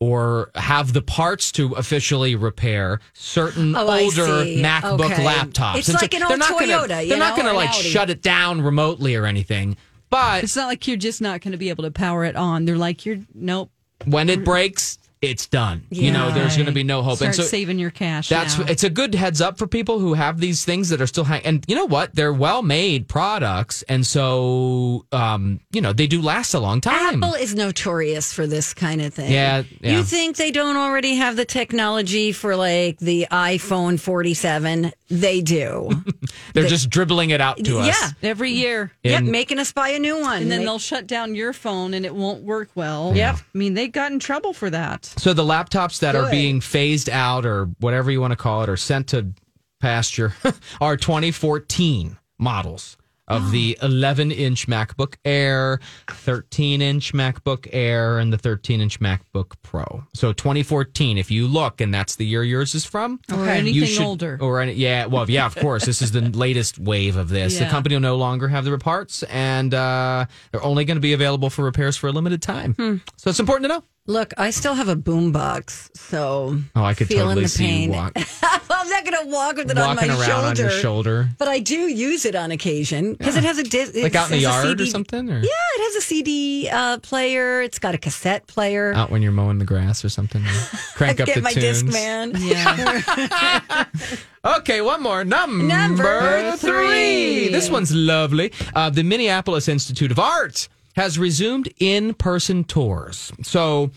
Speaker 6: or have the parts to officially repair certain
Speaker 4: Oh, I
Speaker 6: older
Speaker 4: see.
Speaker 6: MacBook
Speaker 4: Okay.
Speaker 6: laptops.
Speaker 4: It's
Speaker 6: And
Speaker 4: like an old
Speaker 6: they're not
Speaker 4: Toyota,
Speaker 6: Gonna,
Speaker 4: you
Speaker 6: they're
Speaker 4: know,
Speaker 6: not going to
Speaker 4: or an
Speaker 6: like
Speaker 4: Audi.
Speaker 6: shut it down remotely or anything. But
Speaker 5: it's not like you're just not going to be able to power it on. They're like, you're, nope.
Speaker 6: when it breaks, it's done. You know, there's going to be no hope.
Speaker 5: Start
Speaker 6: and so
Speaker 5: saving your cash.
Speaker 6: That's
Speaker 5: now.
Speaker 6: it's a good heads up for people who have these things that are still hang. And you know what? They're well made products, and so um, you know they do last a long time.
Speaker 4: Apple is notorious for this kind of thing.
Speaker 6: Yeah, yeah.
Speaker 4: You think they don't already have the technology for like the iPhone 47? They do.
Speaker 6: They're just dribbling it out to us.
Speaker 4: Yeah,
Speaker 5: every year.
Speaker 4: yep,
Speaker 6: In-
Speaker 4: making us buy a new one.
Speaker 5: and then
Speaker 4: They-
Speaker 5: they'll shut down your phone and it won't work well.
Speaker 6: Yeah.
Speaker 5: I mean, they got in trouble for that.
Speaker 6: So the laptops that are
Speaker 5: Good.
Speaker 6: being phased out, or whatever you want to call it, or sent to pasture, are 2014 models of the 11 inch MacBook Air, 13 inch MacBook Air, and the 13 inch MacBook Pro. So 2014, if you look, and that's the year yours is from,
Speaker 5: Or Okay. anything older.
Speaker 6: or any, yeah, well, yeah, of course, this is the latest wave of this. The
Speaker 5: Yeah.
Speaker 6: company will no longer have the parts, and uh, they're only going to be available for repairs for a limited time.
Speaker 4: Hmm.
Speaker 6: So it's important to know.
Speaker 4: Look, I still have a boombox, so
Speaker 6: Oh, I could
Speaker 4: feeling
Speaker 6: totally
Speaker 4: the
Speaker 6: see
Speaker 4: pain.
Speaker 6: you walk,
Speaker 4: I'm not going to walk with it on my
Speaker 6: walking around
Speaker 4: shoulder.
Speaker 6: on your shoulder.
Speaker 4: But I do use it on occasion because it has a dis-
Speaker 6: Like out in the
Speaker 4: it has a
Speaker 6: yard or
Speaker 4: CD
Speaker 6: something, or-
Speaker 4: Yeah, it has a CD uh, player. It's got a cassette player.
Speaker 6: Out when you're mowing the grass or something. Crank up
Speaker 4: Get
Speaker 6: the
Speaker 4: my
Speaker 6: tunes.
Speaker 4: disc man.
Speaker 6: Okay, one more. Number,
Speaker 4: Number three.
Speaker 6: This one's lovely. Uh, the Minneapolis Institute of Art has resumed in person tours. So.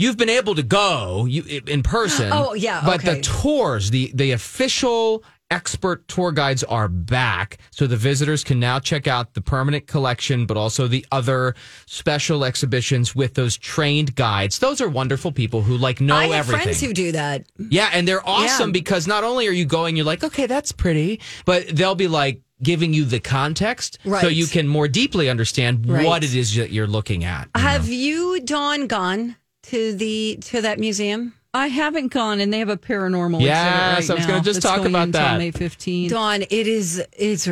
Speaker 6: You've been able to go you, in person.
Speaker 4: Oh, yeah,
Speaker 6: But the
Speaker 4: okay.
Speaker 6: tours, the, the official expert tour guides are back. So the visitors can now check out the permanent collection, but also the other special exhibitions with those trained guides. Those are wonderful people who like know
Speaker 4: I have
Speaker 6: everything.
Speaker 4: friends who do that.
Speaker 6: Yeah, and they're awesome because not only are you going, you're like, okay, that's pretty, but they'll be like giving you the context so
Speaker 4: Right.
Speaker 6: you can more deeply understand
Speaker 4: Right.
Speaker 6: what it is that you're looking at.
Speaker 4: Have you, Dawn, gone to the to that museum?
Speaker 5: I haven't gone, and they have a paranormal. exhibit
Speaker 6: Yes,
Speaker 5: right
Speaker 6: I was
Speaker 5: now
Speaker 6: gonna just
Speaker 5: that's
Speaker 6: talk
Speaker 5: going
Speaker 6: about
Speaker 5: until
Speaker 6: that.
Speaker 5: May fifteenth.
Speaker 4: Dawn, it is it's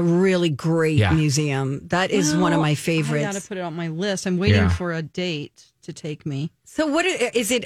Speaker 4: a really great
Speaker 6: Yeah.
Speaker 4: museum. That is one of
Speaker 5: Well,
Speaker 4: my
Speaker 5: I got
Speaker 4: favorites.
Speaker 5: to put it on my list. I'm waiting
Speaker 4: Yeah.
Speaker 5: for a date to take me.
Speaker 4: So what i- is it?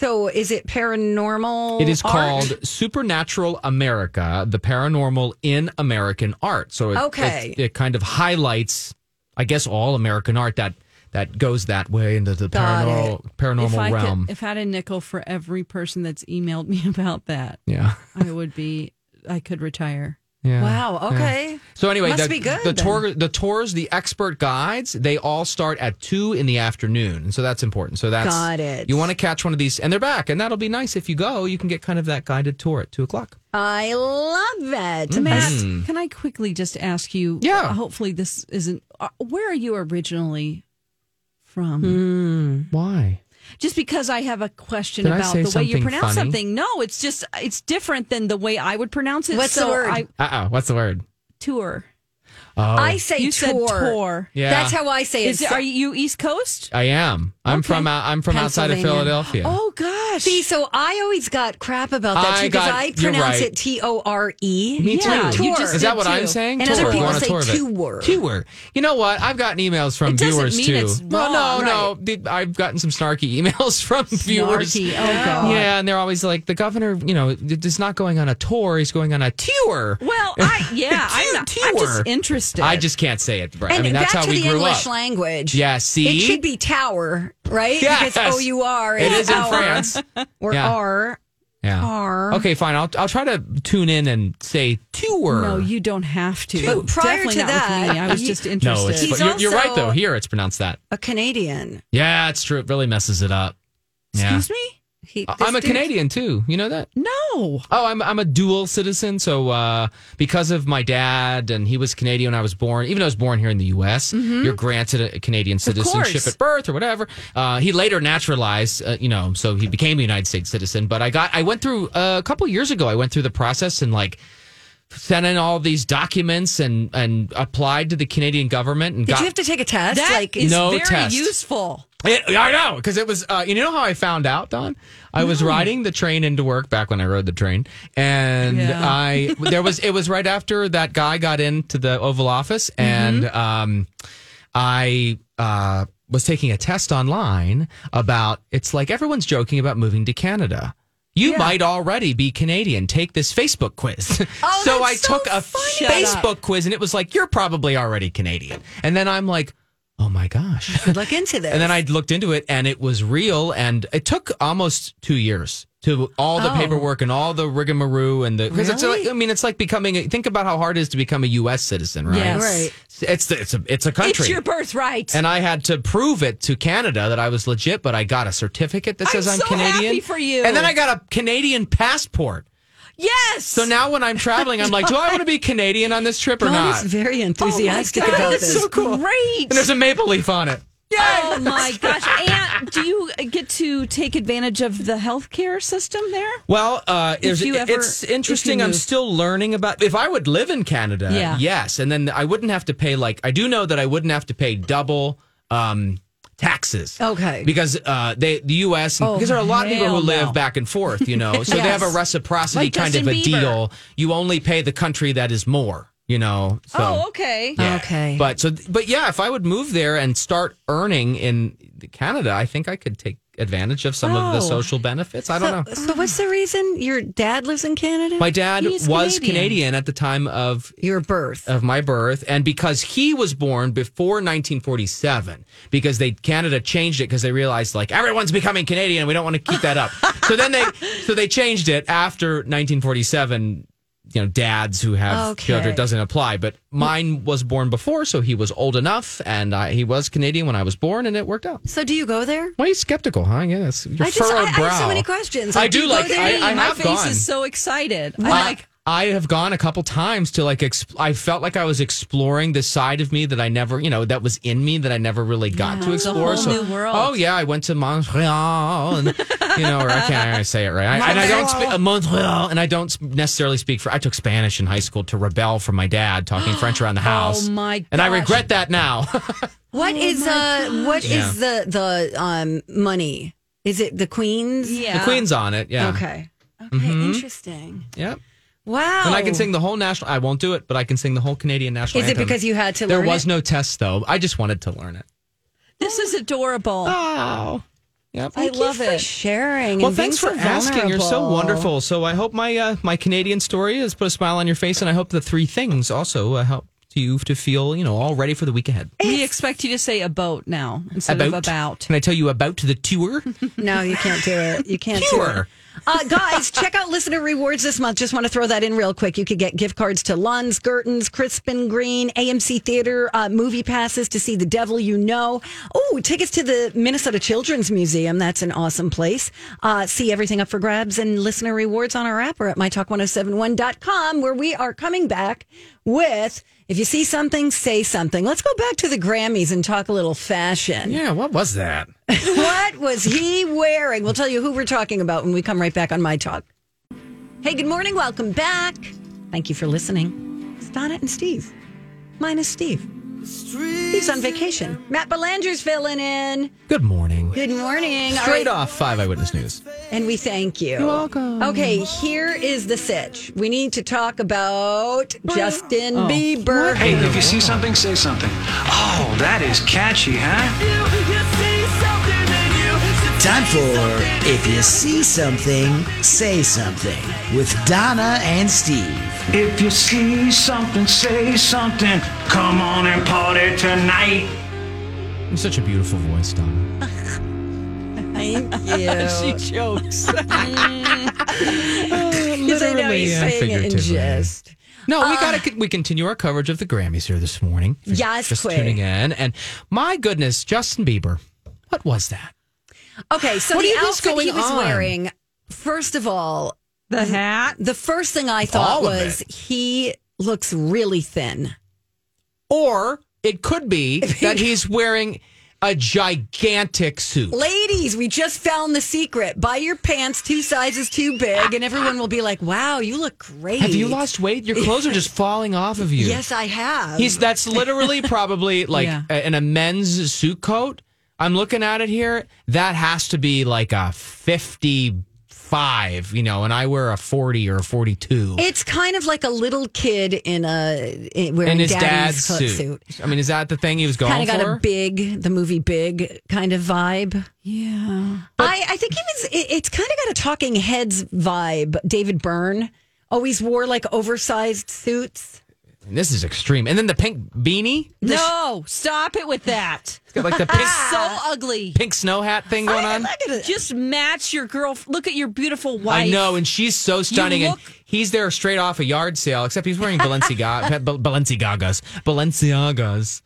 Speaker 4: So is it paranormal?
Speaker 6: It is
Speaker 4: art?
Speaker 6: called Supernatural America, the paranormal in American art. So it,
Speaker 4: Okay.
Speaker 6: it, it kind of highlights, I guess, all American art that that goes that way into the
Speaker 5: Got
Speaker 6: paranormal
Speaker 5: it. if I
Speaker 6: paranormal
Speaker 5: could-
Speaker 6: realm.
Speaker 5: if I had a nickel for every person that's emailed me about that,
Speaker 6: yeah.
Speaker 5: I would be. I could retire.
Speaker 6: Yeah.
Speaker 4: Wow.
Speaker 6: Yeah.
Speaker 4: Okay.
Speaker 6: So anyway,
Speaker 4: Must
Speaker 6: the,
Speaker 4: be good
Speaker 6: the
Speaker 4: then.
Speaker 6: tour, the tours, the expert guides, they all start at two in the afternoon, and so that's important. So that's
Speaker 4: Got it.
Speaker 6: You want to catch one of these, and they're back, and that'll be nice if you go. You can get kind of that guided tour at two o'clock.
Speaker 4: I love that,
Speaker 5: Matt,
Speaker 6: Mm.
Speaker 5: can I quickly just ask you? Yeah. hopefully, this isn't. Uh, where are you originally from?
Speaker 4: Hmm.
Speaker 6: Why?
Speaker 5: Just because I have a question
Speaker 6: Did I
Speaker 5: about
Speaker 6: say
Speaker 5: the way you
Speaker 6: something
Speaker 5: pronounce
Speaker 6: funny?
Speaker 5: something. No, it's just it's different than the way I would pronounce it.
Speaker 4: What's the
Speaker 5: so
Speaker 4: word?
Speaker 5: I,
Speaker 6: Uh oh, what's the word?
Speaker 5: tour.
Speaker 6: Oh,
Speaker 4: I say
Speaker 5: You said
Speaker 4: tour.
Speaker 5: tour.
Speaker 6: Yeah. That's how
Speaker 4: I say it.
Speaker 5: Is are you East Coast?
Speaker 6: I am. I'm from out. I'm from outside of
Speaker 4: Pennsylvania.
Speaker 6: Philadelphia.
Speaker 4: Oh gosh. See, so I always got crap about that
Speaker 6: I
Speaker 4: too because
Speaker 6: got-
Speaker 4: I
Speaker 6: you're
Speaker 4: pronounce
Speaker 6: right.
Speaker 4: it T O R E.
Speaker 6: Me too.
Speaker 4: tour.
Speaker 6: Is that what I'm saying?
Speaker 4: And
Speaker 6: Tour.
Speaker 4: other
Speaker 6: Go
Speaker 4: people
Speaker 6: on a tour of it.
Speaker 4: say tour.
Speaker 6: Tour. You know what? I've gotten emails from
Speaker 4: It doesn't
Speaker 6: viewers
Speaker 4: mean
Speaker 6: too.
Speaker 4: it's
Speaker 6: Well,
Speaker 4: wrong,
Speaker 6: no, no. Did- I've gotten some snarky emails from viewers.
Speaker 5: Snarky. Oh, God.
Speaker 6: Yeah, and they're always like, the governor, you know, is not going on a tour. He's going on a tour.
Speaker 5: Well, I yeah, I'm, not, I'm just
Speaker 6: Tour.
Speaker 5: interested.
Speaker 6: I just can't say it. Right.
Speaker 4: And
Speaker 6: I mean, that's
Speaker 4: back
Speaker 6: how
Speaker 4: to
Speaker 6: we
Speaker 4: the
Speaker 6: grew
Speaker 4: English
Speaker 6: up.
Speaker 4: language.
Speaker 6: Yeah, see?
Speaker 4: It should be tower, right?
Speaker 6: Yes.
Speaker 4: Because O U R.
Speaker 6: It
Speaker 4: is
Speaker 6: is in
Speaker 4: our,
Speaker 6: France.
Speaker 4: Or
Speaker 6: Yeah.
Speaker 4: R.
Speaker 6: Yeah.
Speaker 4: Car.
Speaker 6: Okay, fine. I'll I'll try to tune in and say tour.
Speaker 5: No, you don't have to.
Speaker 4: But prior
Speaker 5: Definitely
Speaker 4: to
Speaker 5: not with
Speaker 4: that,
Speaker 5: me. I was just
Speaker 4: he-
Speaker 5: interested.
Speaker 6: No, it's,
Speaker 4: He's
Speaker 6: you're, you're right
Speaker 4: also-
Speaker 6: though. Here it's pronounced that.
Speaker 4: A Canadian.
Speaker 6: Yeah, it's true. It really messes it up. Yeah.
Speaker 5: Excuse me?
Speaker 4: He,
Speaker 6: I-
Speaker 4: this
Speaker 6: I'm a
Speaker 4: dude-
Speaker 6: Canadian too. You know that?
Speaker 5: No. Oh,
Speaker 6: I'm I'm a dual citizen. So uh, because of my dad, and he was Canadian when I was born. Even though I was born here in the U.S.,
Speaker 4: Mm-hmm.
Speaker 5: Mhm.
Speaker 6: you're granted a Canadian citizenship
Speaker 5: course.
Speaker 6: at birth or whatever. Uh, he later naturalized, uh, you know, so he became a United States citizen. But I got I went through uh, a couple years ago. I went through the process and like sent in all these documents and and applied to the Canadian government and
Speaker 4: Did
Speaker 6: got
Speaker 4: you have to take a test?
Speaker 6: That
Speaker 4: like
Speaker 6: is No very test.
Speaker 5: useful.
Speaker 6: It, I know because it was. Uh, you know how I found out, Don? I was riding the train into work back when I rode the train, and
Speaker 12: Yeah.
Speaker 6: I there was it was right after that guy got into the Oval Office, and um, I uh, was taking a test online about. It's like everyone's joking about moving to Canada. You might already be Canadian. Take this Facebook quiz. so I took a
Speaker 4: Shut
Speaker 6: Facebook quiz, and it was like you're probably already Canadian. And then I'm like, oh my gosh.
Speaker 4: Look into this.
Speaker 6: And then I looked into it and it was real. And it took almost two years to all the
Speaker 4: Oh.
Speaker 6: paperwork and all the rigmarole and the, because it's
Speaker 4: Really?
Speaker 6: like, I mean, it's like becoming, a, think about how hard it is to become a U.S. citizen, right?
Speaker 4: Yes. Right.
Speaker 6: It's, the, it's a, it's a country.
Speaker 4: It's your birthright.
Speaker 6: and I had to prove it to Canada that I was legit, but I got a certificate that says I'm,
Speaker 5: so
Speaker 6: Canadian.
Speaker 5: happy for you.
Speaker 6: And then I got a Canadian passport.
Speaker 5: Yes.
Speaker 6: So now when I'm traveling, I'm like, do I want to be Canadian on this trip or
Speaker 4: Don
Speaker 6: not?
Speaker 4: is
Speaker 6: Oh,
Speaker 4: very
Speaker 5: Oh
Speaker 4: enthusiastic
Speaker 6: God,
Speaker 4: about
Speaker 6: that's
Speaker 4: this.
Speaker 6: so cool.
Speaker 5: Great.
Speaker 6: and there's a maple leaf on it.
Speaker 5: Oh my gosh. And do you get to take advantage of the healthcare system there?
Speaker 6: Well, uh,
Speaker 5: If
Speaker 6: there's-
Speaker 5: you ever-
Speaker 6: it's
Speaker 5: if you
Speaker 6: interesting. I'm
Speaker 5: move.
Speaker 6: still learning about. If I would live in Canada,
Speaker 5: Yeah.
Speaker 6: yes, and then I wouldn't have to pay like I do know that I wouldn't have to pay double um, taxes.
Speaker 4: Okay.
Speaker 6: because uh, they the U.S.
Speaker 4: Oh,
Speaker 6: because there are a lot of people
Speaker 4: hell
Speaker 6: who live
Speaker 4: no.
Speaker 6: back and forth. You know, so they have a
Speaker 4: Yes.
Speaker 6: reciprocity
Speaker 4: Like
Speaker 6: kind
Speaker 4: Justin
Speaker 6: of a
Speaker 4: Bieber.
Speaker 6: deal. You only pay the country that is more. You know. So.
Speaker 5: Oh, okay.
Speaker 6: Yeah.
Speaker 4: Okay.
Speaker 6: But so, but yeah, if I would move there and start earning in Canada, I think I could take advantage of some of the
Speaker 4: Oh.
Speaker 6: social benefits. I don't know.
Speaker 4: so, so what's the reason your dad lives in Canada?
Speaker 6: My dad was Canadian. at the time of
Speaker 4: your birth,
Speaker 6: of my birth, and because he was born before 1947, because they Canada changed it because they realized like everyone's becoming Canadian, we don't want to keep that up. so then they so they changed it after 1947. You know, dads who have
Speaker 4: Okay.
Speaker 6: children doesn't apply, but mine was born before, so he was old enough, and I, he was Canadian when I was born, and it worked out.
Speaker 4: So do you go there?
Speaker 6: Why are you skeptical, huh? Yes, your
Speaker 4: I just I,
Speaker 6: furrowed
Speaker 4: I have so
Speaker 6: brow.
Speaker 4: many questions.
Speaker 6: I do
Speaker 4: you go
Speaker 6: like-
Speaker 4: there?
Speaker 6: I- I
Speaker 5: Oh, My
Speaker 6: have
Speaker 5: face
Speaker 6: gone.
Speaker 5: is so excited. I
Speaker 6: I-
Speaker 5: like
Speaker 6: I have gone a couple times to like. Exp- I felt like I was exploring the side of me that I never, you know, that was in me that I never really got to
Speaker 5: it's a
Speaker 6: explore.
Speaker 5: whole new world.
Speaker 6: oh yeah, I went to Montreal, and you know, or I can't I say it right. I, and I don't speak
Speaker 5: Montreal.
Speaker 6: Montreal, and I don't sp- necessarily speak. For I took Spanish in high school to rebel from my dad talking French around the house.
Speaker 5: Oh my
Speaker 6: And I
Speaker 5: gosh.
Speaker 6: regret that now.
Speaker 4: What is uh what is
Speaker 6: Yeah.
Speaker 4: the the um money? Is it the Queen's?
Speaker 6: the Queen's on it. Yeah.
Speaker 4: Okay. Okay.
Speaker 6: Mhm.
Speaker 4: Interesting.
Speaker 6: Yep.
Speaker 4: Wow.
Speaker 6: And I
Speaker 5: Oh.
Speaker 6: can sing the whole national. I won't do it, but I can sing the whole Canadian national.
Speaker 4: Is it
Speaker 6: anthem.
Speaker 4: because you had to
Speaker 6: There
Speaker 4: learn
Speaker 6: was
Speaker 4: it?
Speaker 6: no test though. I just wanted to learn it.
Speaker 5: This is adorable.
Speaker 6: Oh. Yep.
Speaker 4: I love it. sharing.
Speaker 6: well,
Speaker 4: and being
Speaker 6: thanks for
Speaker 4: so
Speaker 6: asking. You're so
Speaker 4: vulnerable.
Speaker 6: wonderful. So I hope my uh, my Canadian story has put a smile on your face, and I hope the three things also uh, helped you to feel you know all ready for the week ahead.
Speaker 5: We expect you to say a boat now instead of about.
Speaker 6: Can I tell you about the tour?
Speaker 4: No, you can't do it. You can't do it.
Speaker 6: Tour.
Speaker 4: Uh, guys, check out listener rewards this month. Just want to throw that in real quick. You could get gift cards to Lund's, Gertens, Crispin Green, AMC Theater, uh, movie passes to see The Devil You Know. Oh, tickets to the Minnesota Children's Museum. That's an awesome place. Uh, see everything up for grabs and listener rewards on our app or at mytalk1071.com, where we are coming back with if you see something, say something. Let's go back to the Grammys and talk a little fashion
Speaker 6: Yeah. What was that?
Speaker 4: what was he wearing? We'll tell you who we're talking about when we come right back on My Talk. Hey, good morning. Welcome back. Thank you for listening. It's Donna and Steve, minus Steve. Steve's on vacation. Matt Belanger's filling in.
Speaker 6: Good morning.
Speaker 4: Good morning. All
Speaker 6: Straight
Speaker 4: right,
Speaker 6: off five eyewitness news.
Speaker 4: And we thank you. You're welcome. Okay, here is the sitch. We need to talk about Justin Bieber.
Speaker 8: Hey, if you see something, say something. Oh, that is catchy, huh?
Speaker 12: Time for If You See Something, Say Something with Donna and Steve.
Speaker 8: If you see something, say something. Come on and party tonight.
Speaker 6: You're such a beautiful voice, Donna.
Speaker 4: Thank you.
Speaker 6: she jokes.
Speaker 4: Because I know he's saying
Speaker 6: and
Speaker 4: it in
Speaker 6: figuratively.
Speaker 4: jest.
Speaker 6: No, we
Speaker 4: Uh,
Speaker 6: gotta we continue our coverage of the Grammys here this morning. If you're
Speaker 4: Yes,
Speaker 6: just
Speaker 4: quick.
Speaker 6: tuning in, and my goodness, Justin Bieber, what was that?
Speaker 4: Okay, so
Speaker 6: What do
Speaker 4: the
Speaker 6: you think's
Speaker 4: outfit he
Speaker 6: going
Speaker 4: was
Speaker 6: on?
Speaker 4: wearing, first of all,
Speaker 5: the hat.
Speaker 4: The first thing I thought
Speaker 6: All of
Speaker 4: was
Speaker 6: it.
Speaker 4: he looks really thin.
Speaker 6: Or it could be that he's wearing a gigantic suit.
Speaker 4: Ladies, we just found the secret. Buy your pants two sizes too big, and everyone will be like, "Wow, you look great."
Speaker 6: Have you lost weight? Your clothes are just falling off of you.
Speaker 4: Yes, I have.
Speaker 6: He's that's literally probably like
Speaker 4: Yeah.
Speaker 6: a, an immense suit coat. I'm looking at it here. That has to be like a 55, you know, and I wear a 40 or a 42.
Speaker 4: It's kind of like a little kid in a in, wearing
Speaker 6: and his
Speaker 4: daddy's
Speaker 6: dad's
Speaker 4: cut
Speaker 6: suit. I mean, is that the thing he was going
Speaker 4: Kind of got
Speaker 6: for?
Speaker 4: a big, the movie Big kind of vibe.
Speaker 5: Yeah.
Speaker 4: I, I think he was. It, it's kind of got a Talking Heads vibe. David Byrne always wore like oversized suits.
Speaker 6: And this is extreme. And then the pink beanie,
Speaker 5: Mm-hmm. No, stop it with that.
Speaker 6: It's got like the pink,
Speaker 5: so ugly.
Speaker 6: pink snow hat thing going on.
Speaker 5: Just match your girl. Look at your beautiful wife.
Speaker 6: I know, and she's so stunning.
Speaker 5: You look-
Speaker 6: and he's there straight off a yard sale, except he's wearing Balenciaga, Bal- Balenciagas, Balenciagas,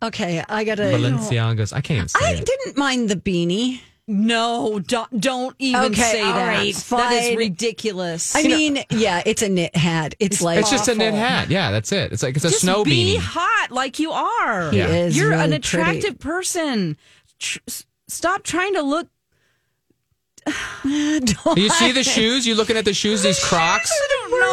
Speaker 4: Okay, I gotta.
Speaker 6: Balenciagas. I can't even say
Speaker 4: I
Speaker 6: it.
Speaker 4: didn't mind the beanie.
Speaker 5: No, don't, don't even
Speaker 4: Okay,
Speaker 5: say
Speaker 4: all
Speaker 5: that.
Speaker 4: right,
Speaker 5: that is
Speaker 4: fine.
Speaker 5: ridiculous.
Speaker 4: I mean, yeah, it's a knit hat. It's, like
Speaker 6: It's just a knit
Speaker 4: awful.
Speaker 6: hat. Yeah, that's it. It's like it's a
Speaker 5: just
Speaker 6: snow
Speaker 5: be
Speaker 6: beanie.
Speaker 5: hot like you are.
Speaker 6: He Yeah.
Speaker 4: is
Speaker 5: You're an
Speaker 4: really
Speaker 5: attractive person. Tr- s- stop trying to look.
Speaker 6: Do you see the shoes? You looking at the shoes? These Crocs,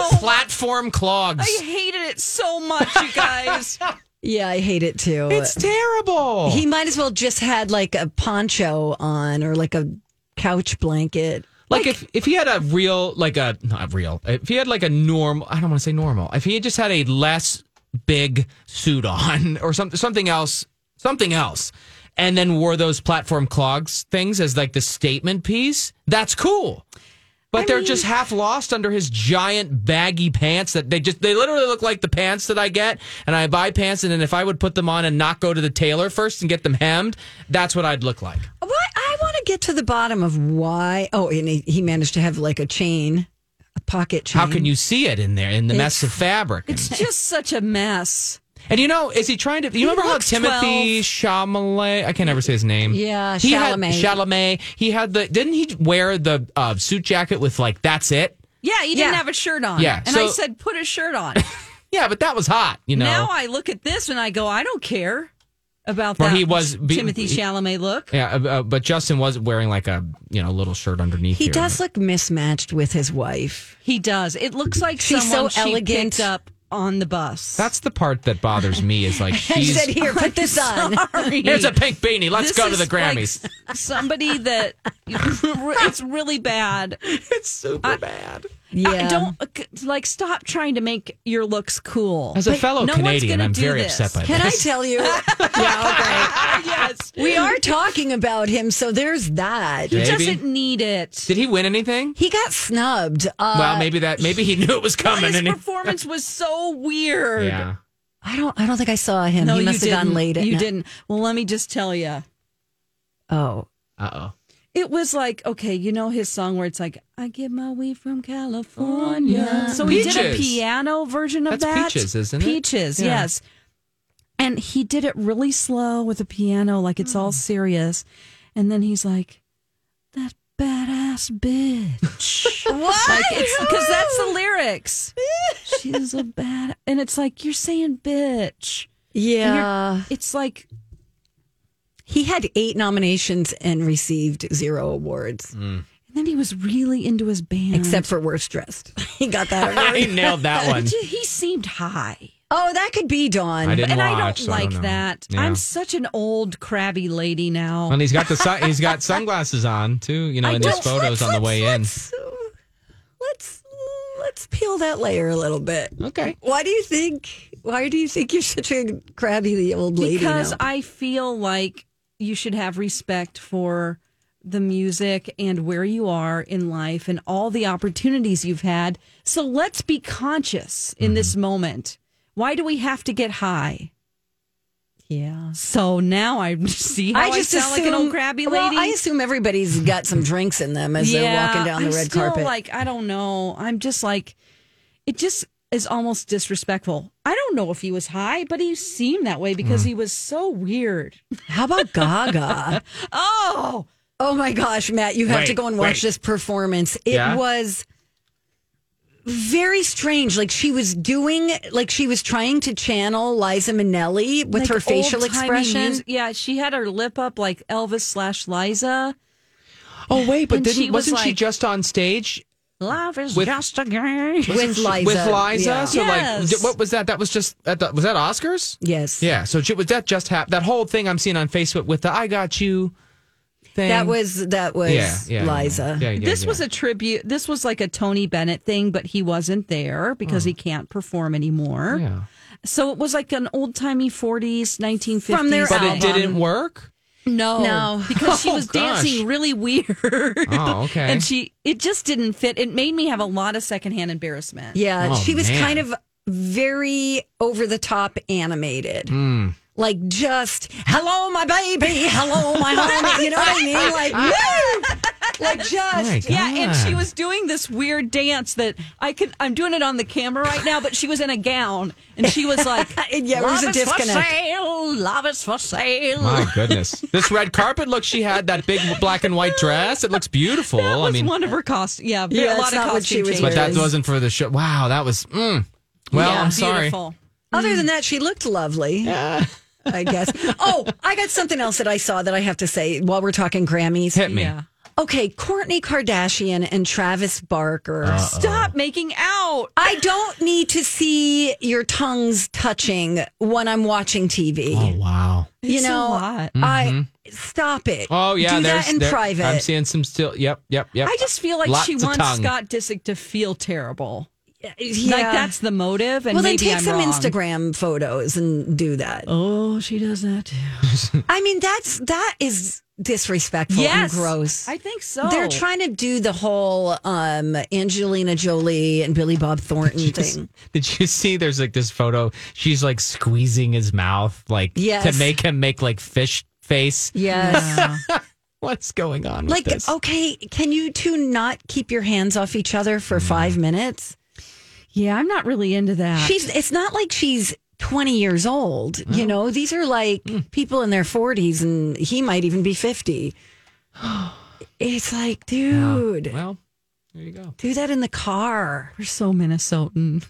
Speaker 6: platform clogs.
Speaker 5: I hated it so much, you guys.
Speaker 4: Yeah, I hate it too.
Speaker 6: It's terrible.
Speaker 4: he might as well just had like a poncho on or like a couch blanket.
Speaker 6: like if if he had a real like a not real if he had like a normal I don't want to say normal if he had just had a less big suit on or something something else something else and then wore those platform clogs things as like the statement piece that's cool but they're just half lost under his giant baggy pants that they just they literally look like the pants that I get and I buy pants and then if I would put them on and not go to the tailor first and get them hemmed that's what I'd look like
Speaker 4: What I want to get to the bottom of why. Oh, and he, he managed to have like a chain, a pocket chain.
Speaker 6: how can you see it in there in the mess of fabric
Speaker 5: It's just such a mess.
Speaker 6: And you know, is he trying to? You remember how
Speaker 5: looks
Speaker 6: Timothy Chalamet? I can't ever say his name.
Speaker 4: Yeah,
Speaker 6: he
Speaker 4: Chalamet.
Speaker 6: Had, Chalamet. He had the. Didn't he wear the uh, suit jacket with like that's it?
Speaker 5: Yeah, he didn't
Speaker 4: Yeah.
Speaker 5: have a shirt on.
Speaker 6: Yeah,
Speaker 5: and I
Speaker 6: so-
Speaker 5: said, put a shirt on.
Speaker 6: Yeah, but that was hot. You know.
Speaker 5: Now I look at this and I go, I don't care about
Speaker 6: Or
Speaker 5: that.
Speaker 6: he was be-
Speaker 5: Timothy
Speaker 6: he-
Speaker 5: Chalamet look.
Speaker 6: yeah, uh, uh, but Justin was wearing like a you know little shirt underneath.
Speaker 4: He
Speaker 6: here.
Speaker 4: does look mismatched with his wife.
Speaker 5: He does. It looks like
Speaker 4: She's
Speaker 5: someone
Speaker 4: so
Speaker 5: she
Speaker 4: elegant.
Speaker 5: picked up on the bus.
Speaker 6: That's the part that bothers me. Is like
Speaker 4: He
Speaker 6: she's
Speaker 4: said, "Here, put this on."
Speaker 6: here's a pink beanie. Let's
Speaker 5: This
Speaker 6: go to
Speaker 5: is
Speaker 6: the
Speaker 5: like
Speaker 6: Grammys.
Speaker 5: somebody that it's really bad.
Speaker 6: it's super bad.
Speaker 4: Yeah.
Speaker 5: I don't like stop trying to make your looks cool.
Speaker 6: As a
Speaker 5: Like,
Speaker 6: fellow
Speaker 5: no one's
Speaker 6: Canadian,
Speaker 5: gonna
Speaker 6: I'm
Speaker 5: do
Speaker 6: very
Speaker 5: this.
Speaker 6: upset by
Speaker 4: Can I
Speaker 6: this.
Speaker 4: tell you? yeah, okay.
Speaker 5: yes.
Speaker 4: We are talking about him, so there's that.
Speaker 6: He Maybe. doesn't
Speaker 5: need it.
Speaker 6: Did he win anything?
Speaker 4: He got snubbed. Uh,
Speaker 6: well, maybe that. Maybe he knew it was coming.
Speaker 5: His
Speaker 6: and he,
Speaker 5: performance was so weird.
Speaker 6: yeah.
Speaker 4: I don't. I don't think I saw him.
Speaker 5: No,
Speaker 4: he
Speaker 5: you
Speaker 4: must have gone
Speaker 5: didn't.
Speaker 4: late. at
Speaker 5: You
Speaker 4: night.
Speaker 5: didn't. Well, let me just tell you.
Speaker 4: Oh.
Speaker 6: Uh oh.
Speaker 5: It was like, okay, you know his song where it's like, I get my weed from California.
Speaker 4: Oh,
Speaker 5: So he did a
Speaker 6: Peaches.
Speaker 5: piano version of
Speaker 6: That's
Speaker 5: that.
Speaker 6: Peaches, isn't it?
Speaker 5: Peaches,
Speaker 6: Yeah.
Speaker 5: yes. And he did it really slow with a piano, like it's
Speaker 4: Mm.
Speaker 5: all serious. And then he's like, that badass bitch.
Speaker 4: what?
Speaker 5: Because that's the lyrics. She's a bad. And it's like, you're saying bitch. And you're-
Speaker 4: Yeah.
Speaker 5: It's like,
Speaker 4: He had eight nominations and received zero awards,
Speaker 5: and then he was really into his band.
Speaker 4: except for worst dressed. He got that award.
Speaker 6: he nailed that one.
Speaker 5: He- He seemed high.
Speaker 4: Oh, that could be Dawn.
Speaker 6: I didn't
Speaker 5: and I
Speaker 6: watch,
Speaker 5: don't
Speaker 6: so I
Speaker 5: like
Speaker 6: don't know.
Speaker 5: that.
Speaker 6: Yeah.
Speaker 5: I'm such an old crabby lady now.
Speaker 6: And he's got the sun, he's got sunglasses on too. You know,
Speaker 5: I
Speaker 6: in his
Speaker 5: don't-
Speaker 6: photos on the way
Speaker 4: Let's let's peel that layer a little bit.
Speaker 6: in. Okay.
Speaker 4: Why do you think? Why do you think you're such a crabby old lady?
Speaker 5: because
Speaker 4: now?
Speaker 5: I feel like you should have respect for the music and where you are in life and all the opportunities you've had. So let's be conscious in this moment. Why do we have to get high?
Speaker 4: yeah.
Speaker 5: So now I see how I,
Speaker 4: I just
Speaker 5: sound like an old crabby lady.
Speaker 4: Well, I assume everybody's got some drinks in them as they're walking down the
Speaker 5: I'm
Speaker 4: red
Speaker 5: still,
Speaker 4: carpet.
Speaker 5: Like I don't know. I'm just like it just is almost disrespectful. I don't know if he was high, but he seemed that way
Speaker 4: Hmm.
Speaker 5: because he was so weird.
Speaker 4: How about Gaga?
Speaker 5: Oh,
Speaker 4: oh my gosh, Matt, you have to
Speaker 6: Wait,
Speaker 4: go and watch
Speaker 6: wait.
Speaker 4: this performance. It
Speaker 6: Yeah?
Speaker 4: was very strange. Like she was doing, like she was trying to channel Liza Minnelli with
Speaker 5: like
Speaker 4: her facial
Speaker 5: old-timey
Speaker 4: expression.
Speaker 5: music- Yeah, she had her lip up like Elvis slash Liza.
Speaker 6: Oh wait, but
Speaker 5: And
Speaker 6: didn't
Speaker 5: she was
Speaker 6: wasn't she
Speaker 5: like-
Speaker 6: just on stage
Speaker 5: Life is
Speaker 6: With-
Speaker 5: just a game.
Speaker 4: With Liza.
Speaker 6: with Liza?
Speaker 4: Yeah.
Speaker 6: So like,
Speaker 5: Yes.
Speaker 6: d- what was that? That was just at the, was that Oscars?
Speaker 4: Yes.
Speaker 6: Yeah. So ju- was that just hap- that whole thing I'm seeing on Facebook with the "I got you" thing?
Speaker 4: That was that was
Speaker 6: yeah, yeah, yeah.
Speaker 4: Liza.
Speaker 6: Yeah, yeah,
Speaker 5: This
Speaker 6: yeah.
Speaker 5: was a tribute. This was like a Tony Bennett thing, but he wasn't there because
Speaker 4: Hmm.
Speaker 5: he can't perform anymore.
Speaker 6: Yeah.
Speaker 5: So it was like an old timey 40s, 1950s.
Speaker 4: From their
Speaker 6: but
Speaker 4: album.
Speaker 6: it didn't work.
Speaker 5: No,
Speaker 4: No.
Speaker 5: because she
Speaker 6: Oh,
Speaker 5: was
Speaker 6: gosh.
Speaker 5: dancing really weird.
Speaker 6: Oh, okay.
Speaker 5: and she, it just didn't fit. It made me have a lot of secondhand embarrassment.
Speaker 4: Yeah,
Speaker 6: Oh,
Speaker 4: she was
Speaker 6: man.
Speaker 4: kind of very over the top animated.
Speaker 6: Hmm.
Speaker 4: Like just hello my baby, hello my homie. You know what I mean? Like woo! Like
Speaker 6: My
Speaker 4: just
Speaker 6: God.
Speaker 5: Yeah, and she was doing this weird dance that I could. I'm doing it on the camera right now, but she was in a gown, and she was like,
Speaker 4: And yeah, there was
Speaker 5: "Love
Speaker 4: a
Speaker 5: is
Speaker 4: disconnect."
Speaker 5: for sale. Love is for sale."
Speaker 6: My goodness, this red carpet look she had that big black and white dress. It looks beautiful.
Speaker 5: That was
Speaker 6: I mean,
Speaker 5: one of her costumes. Yeah,
Speaker 4: Yeah,
Speaker 5: yeah, a
Speaker 4: it's
Speaker 5: lot of
Speaker 4: not what she
Speaker 5: costume
Speaker 4: was
Speaker 5: changes.
Speaker 6: but that
Speaker 4: Whereas-
Speaker 6: wasn't for the show. Wow, that was. Mm. Well,
Speaker 5: Yeah,
Speaker 6: I'm sorry.
Speaker 5: Beautiful.
Speaker 4: other
Speaker 6: Mm.
Speaker 4: than that, she looked lovely. I guess. Oh, I got something else that I saw that I have to say while we're talking Grammys.
Speaker 6: Hit me.
Speaker 5: Yeah.
Speaker 4: Okay, Courtney Kardashian and Travis Barker.
Speaker 6: Uh.
Speaker 5: Stop making out.
Speaker 4: I don't need to see your tongues touching when I'm watching TV.
Speaker 6: Oh wow.
Speaker 4: you
Speaker 5: It's a
Speaker 4: know,
Speaker 5: lot.
Speaker 4: I stop it.
Speaker 6: Oh yeah,
Speaker 4: do
Speaker 6: there's
Speaker 4: that in
Speaker 6: there-
Speaker 4: private.
Speaker 6: I'm seeing some still. Yep, yep, yep.
Speaker 5: I just feel like
Speaker 6: Lots
Speaker 5: she
Speaker 6: of
Speaker 5: wants
Speaker 6: tongue.
Speaker 5: Scott Disick to feel terrible.
Speaker 4: yeah.
Speaker 5: Like that's the motive. And
Speaker 4: well, then
Speaker 5: maybe
Speaker 4: take
Speaker 5: I'm
Speaker 4: some
Speaker 5: wrong.
Speaker 4: Instagram photos and do that.
Speaker 5: Oh, she does that too.
Speaker 4: I mean, that's that is disrespectful
Speaker 5: Yes,
Speaker 4: and gross.
Speaker 5: I think so.
Speaker 6: Oh.
Speaker 4: They're trying to do the whole um, Angelina Jolie and Billy Bob Thornton thing.
Speaker 6: Did you see? There's like this photo. She's like squeezing his mouth, like
Speaker 4: Yes.
Speaker 6: to make him make like fish face.
Speaker 4: Yes.
Speaker 6: What's going on?
Speaker 4: Like, oh,
Speaker 6: with this?
Speaker 4: okay, can you two not keep your hands off each other
Speaker 6: Mm.
Speaker 4: for five minutes?
Speaker 5: Yeah, I'm not really into that.
Speaker 4: She's. It's not like she's twenty years old.
Speaker 6: Oh.
Speaker 4: You know, these are like
Speaker 6: Mm.
Speaker 4: people in their forties, and he might even be fifty. It's like, dude,
Speaker 6: Well, there you go.
Speaker 4: do that in the car.
Speaker 5: We're so Minnesotan.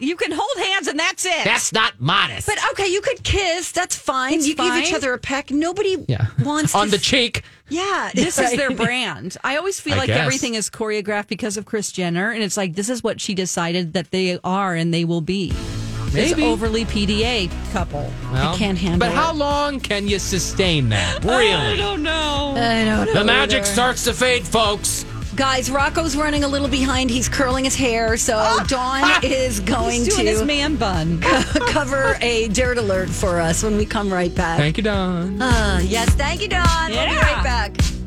Speaker 5: you can hold hands and that's it.
Speaker 6: That's not modest.
Speaker 4: But okay, you could kiss. That's fine.
Speaker 5: It's
Speaker 4: you give each
Speaker 5: fine.
Speaker 4: other a peck. Nobody
Speaker 6: yeah.
Speaker 4: wants
Speaker 6: on
Speaker 4: to
Speaker 6: the
Speaker 4: f-
Speaker 6: cheek.
Speaker 4: yeah.
Speaker 5: this is
Speaker 4: right.
Speaker 5: their brand. I always feel
Speaker 6: I
Speaker 5: like
Speaker 6: guess.
Speaker 5: everything is choreographed because of Chris Jenner, and it's like this is what she decided that they are and they will be. This
Speaker 6: Maybe.
Speaker 5: overly PDA couple.
Speaker 6: Well,
Speaker 4: can't handle
Speaker 6: But how
Speaker 4: it.
Speaker 6: long can you sustain that?
Speaker 5: I
Speaker 6: Really?
Speaker 5: don't know.
Speaker 4: I don't know.
Speaker 6: the magic
Speaker 4: either.
Speaker 6: starts to fade, folks.
Speaker 4: Guys, Rocco's running a little behind. He's curling his hair, so Dawn is going
Speaker 5: Ah! He's doing
Speaker 4: to
Speaker 5: his man bun.
Speaker 4: cover a dirt alert for us when we come right back.
Speaker 6: Thank you, Don.
Speaker 4: Uh, yes, thank you, Don. We'll be
Speaker 5: Yeah.
Speaker 4: right back.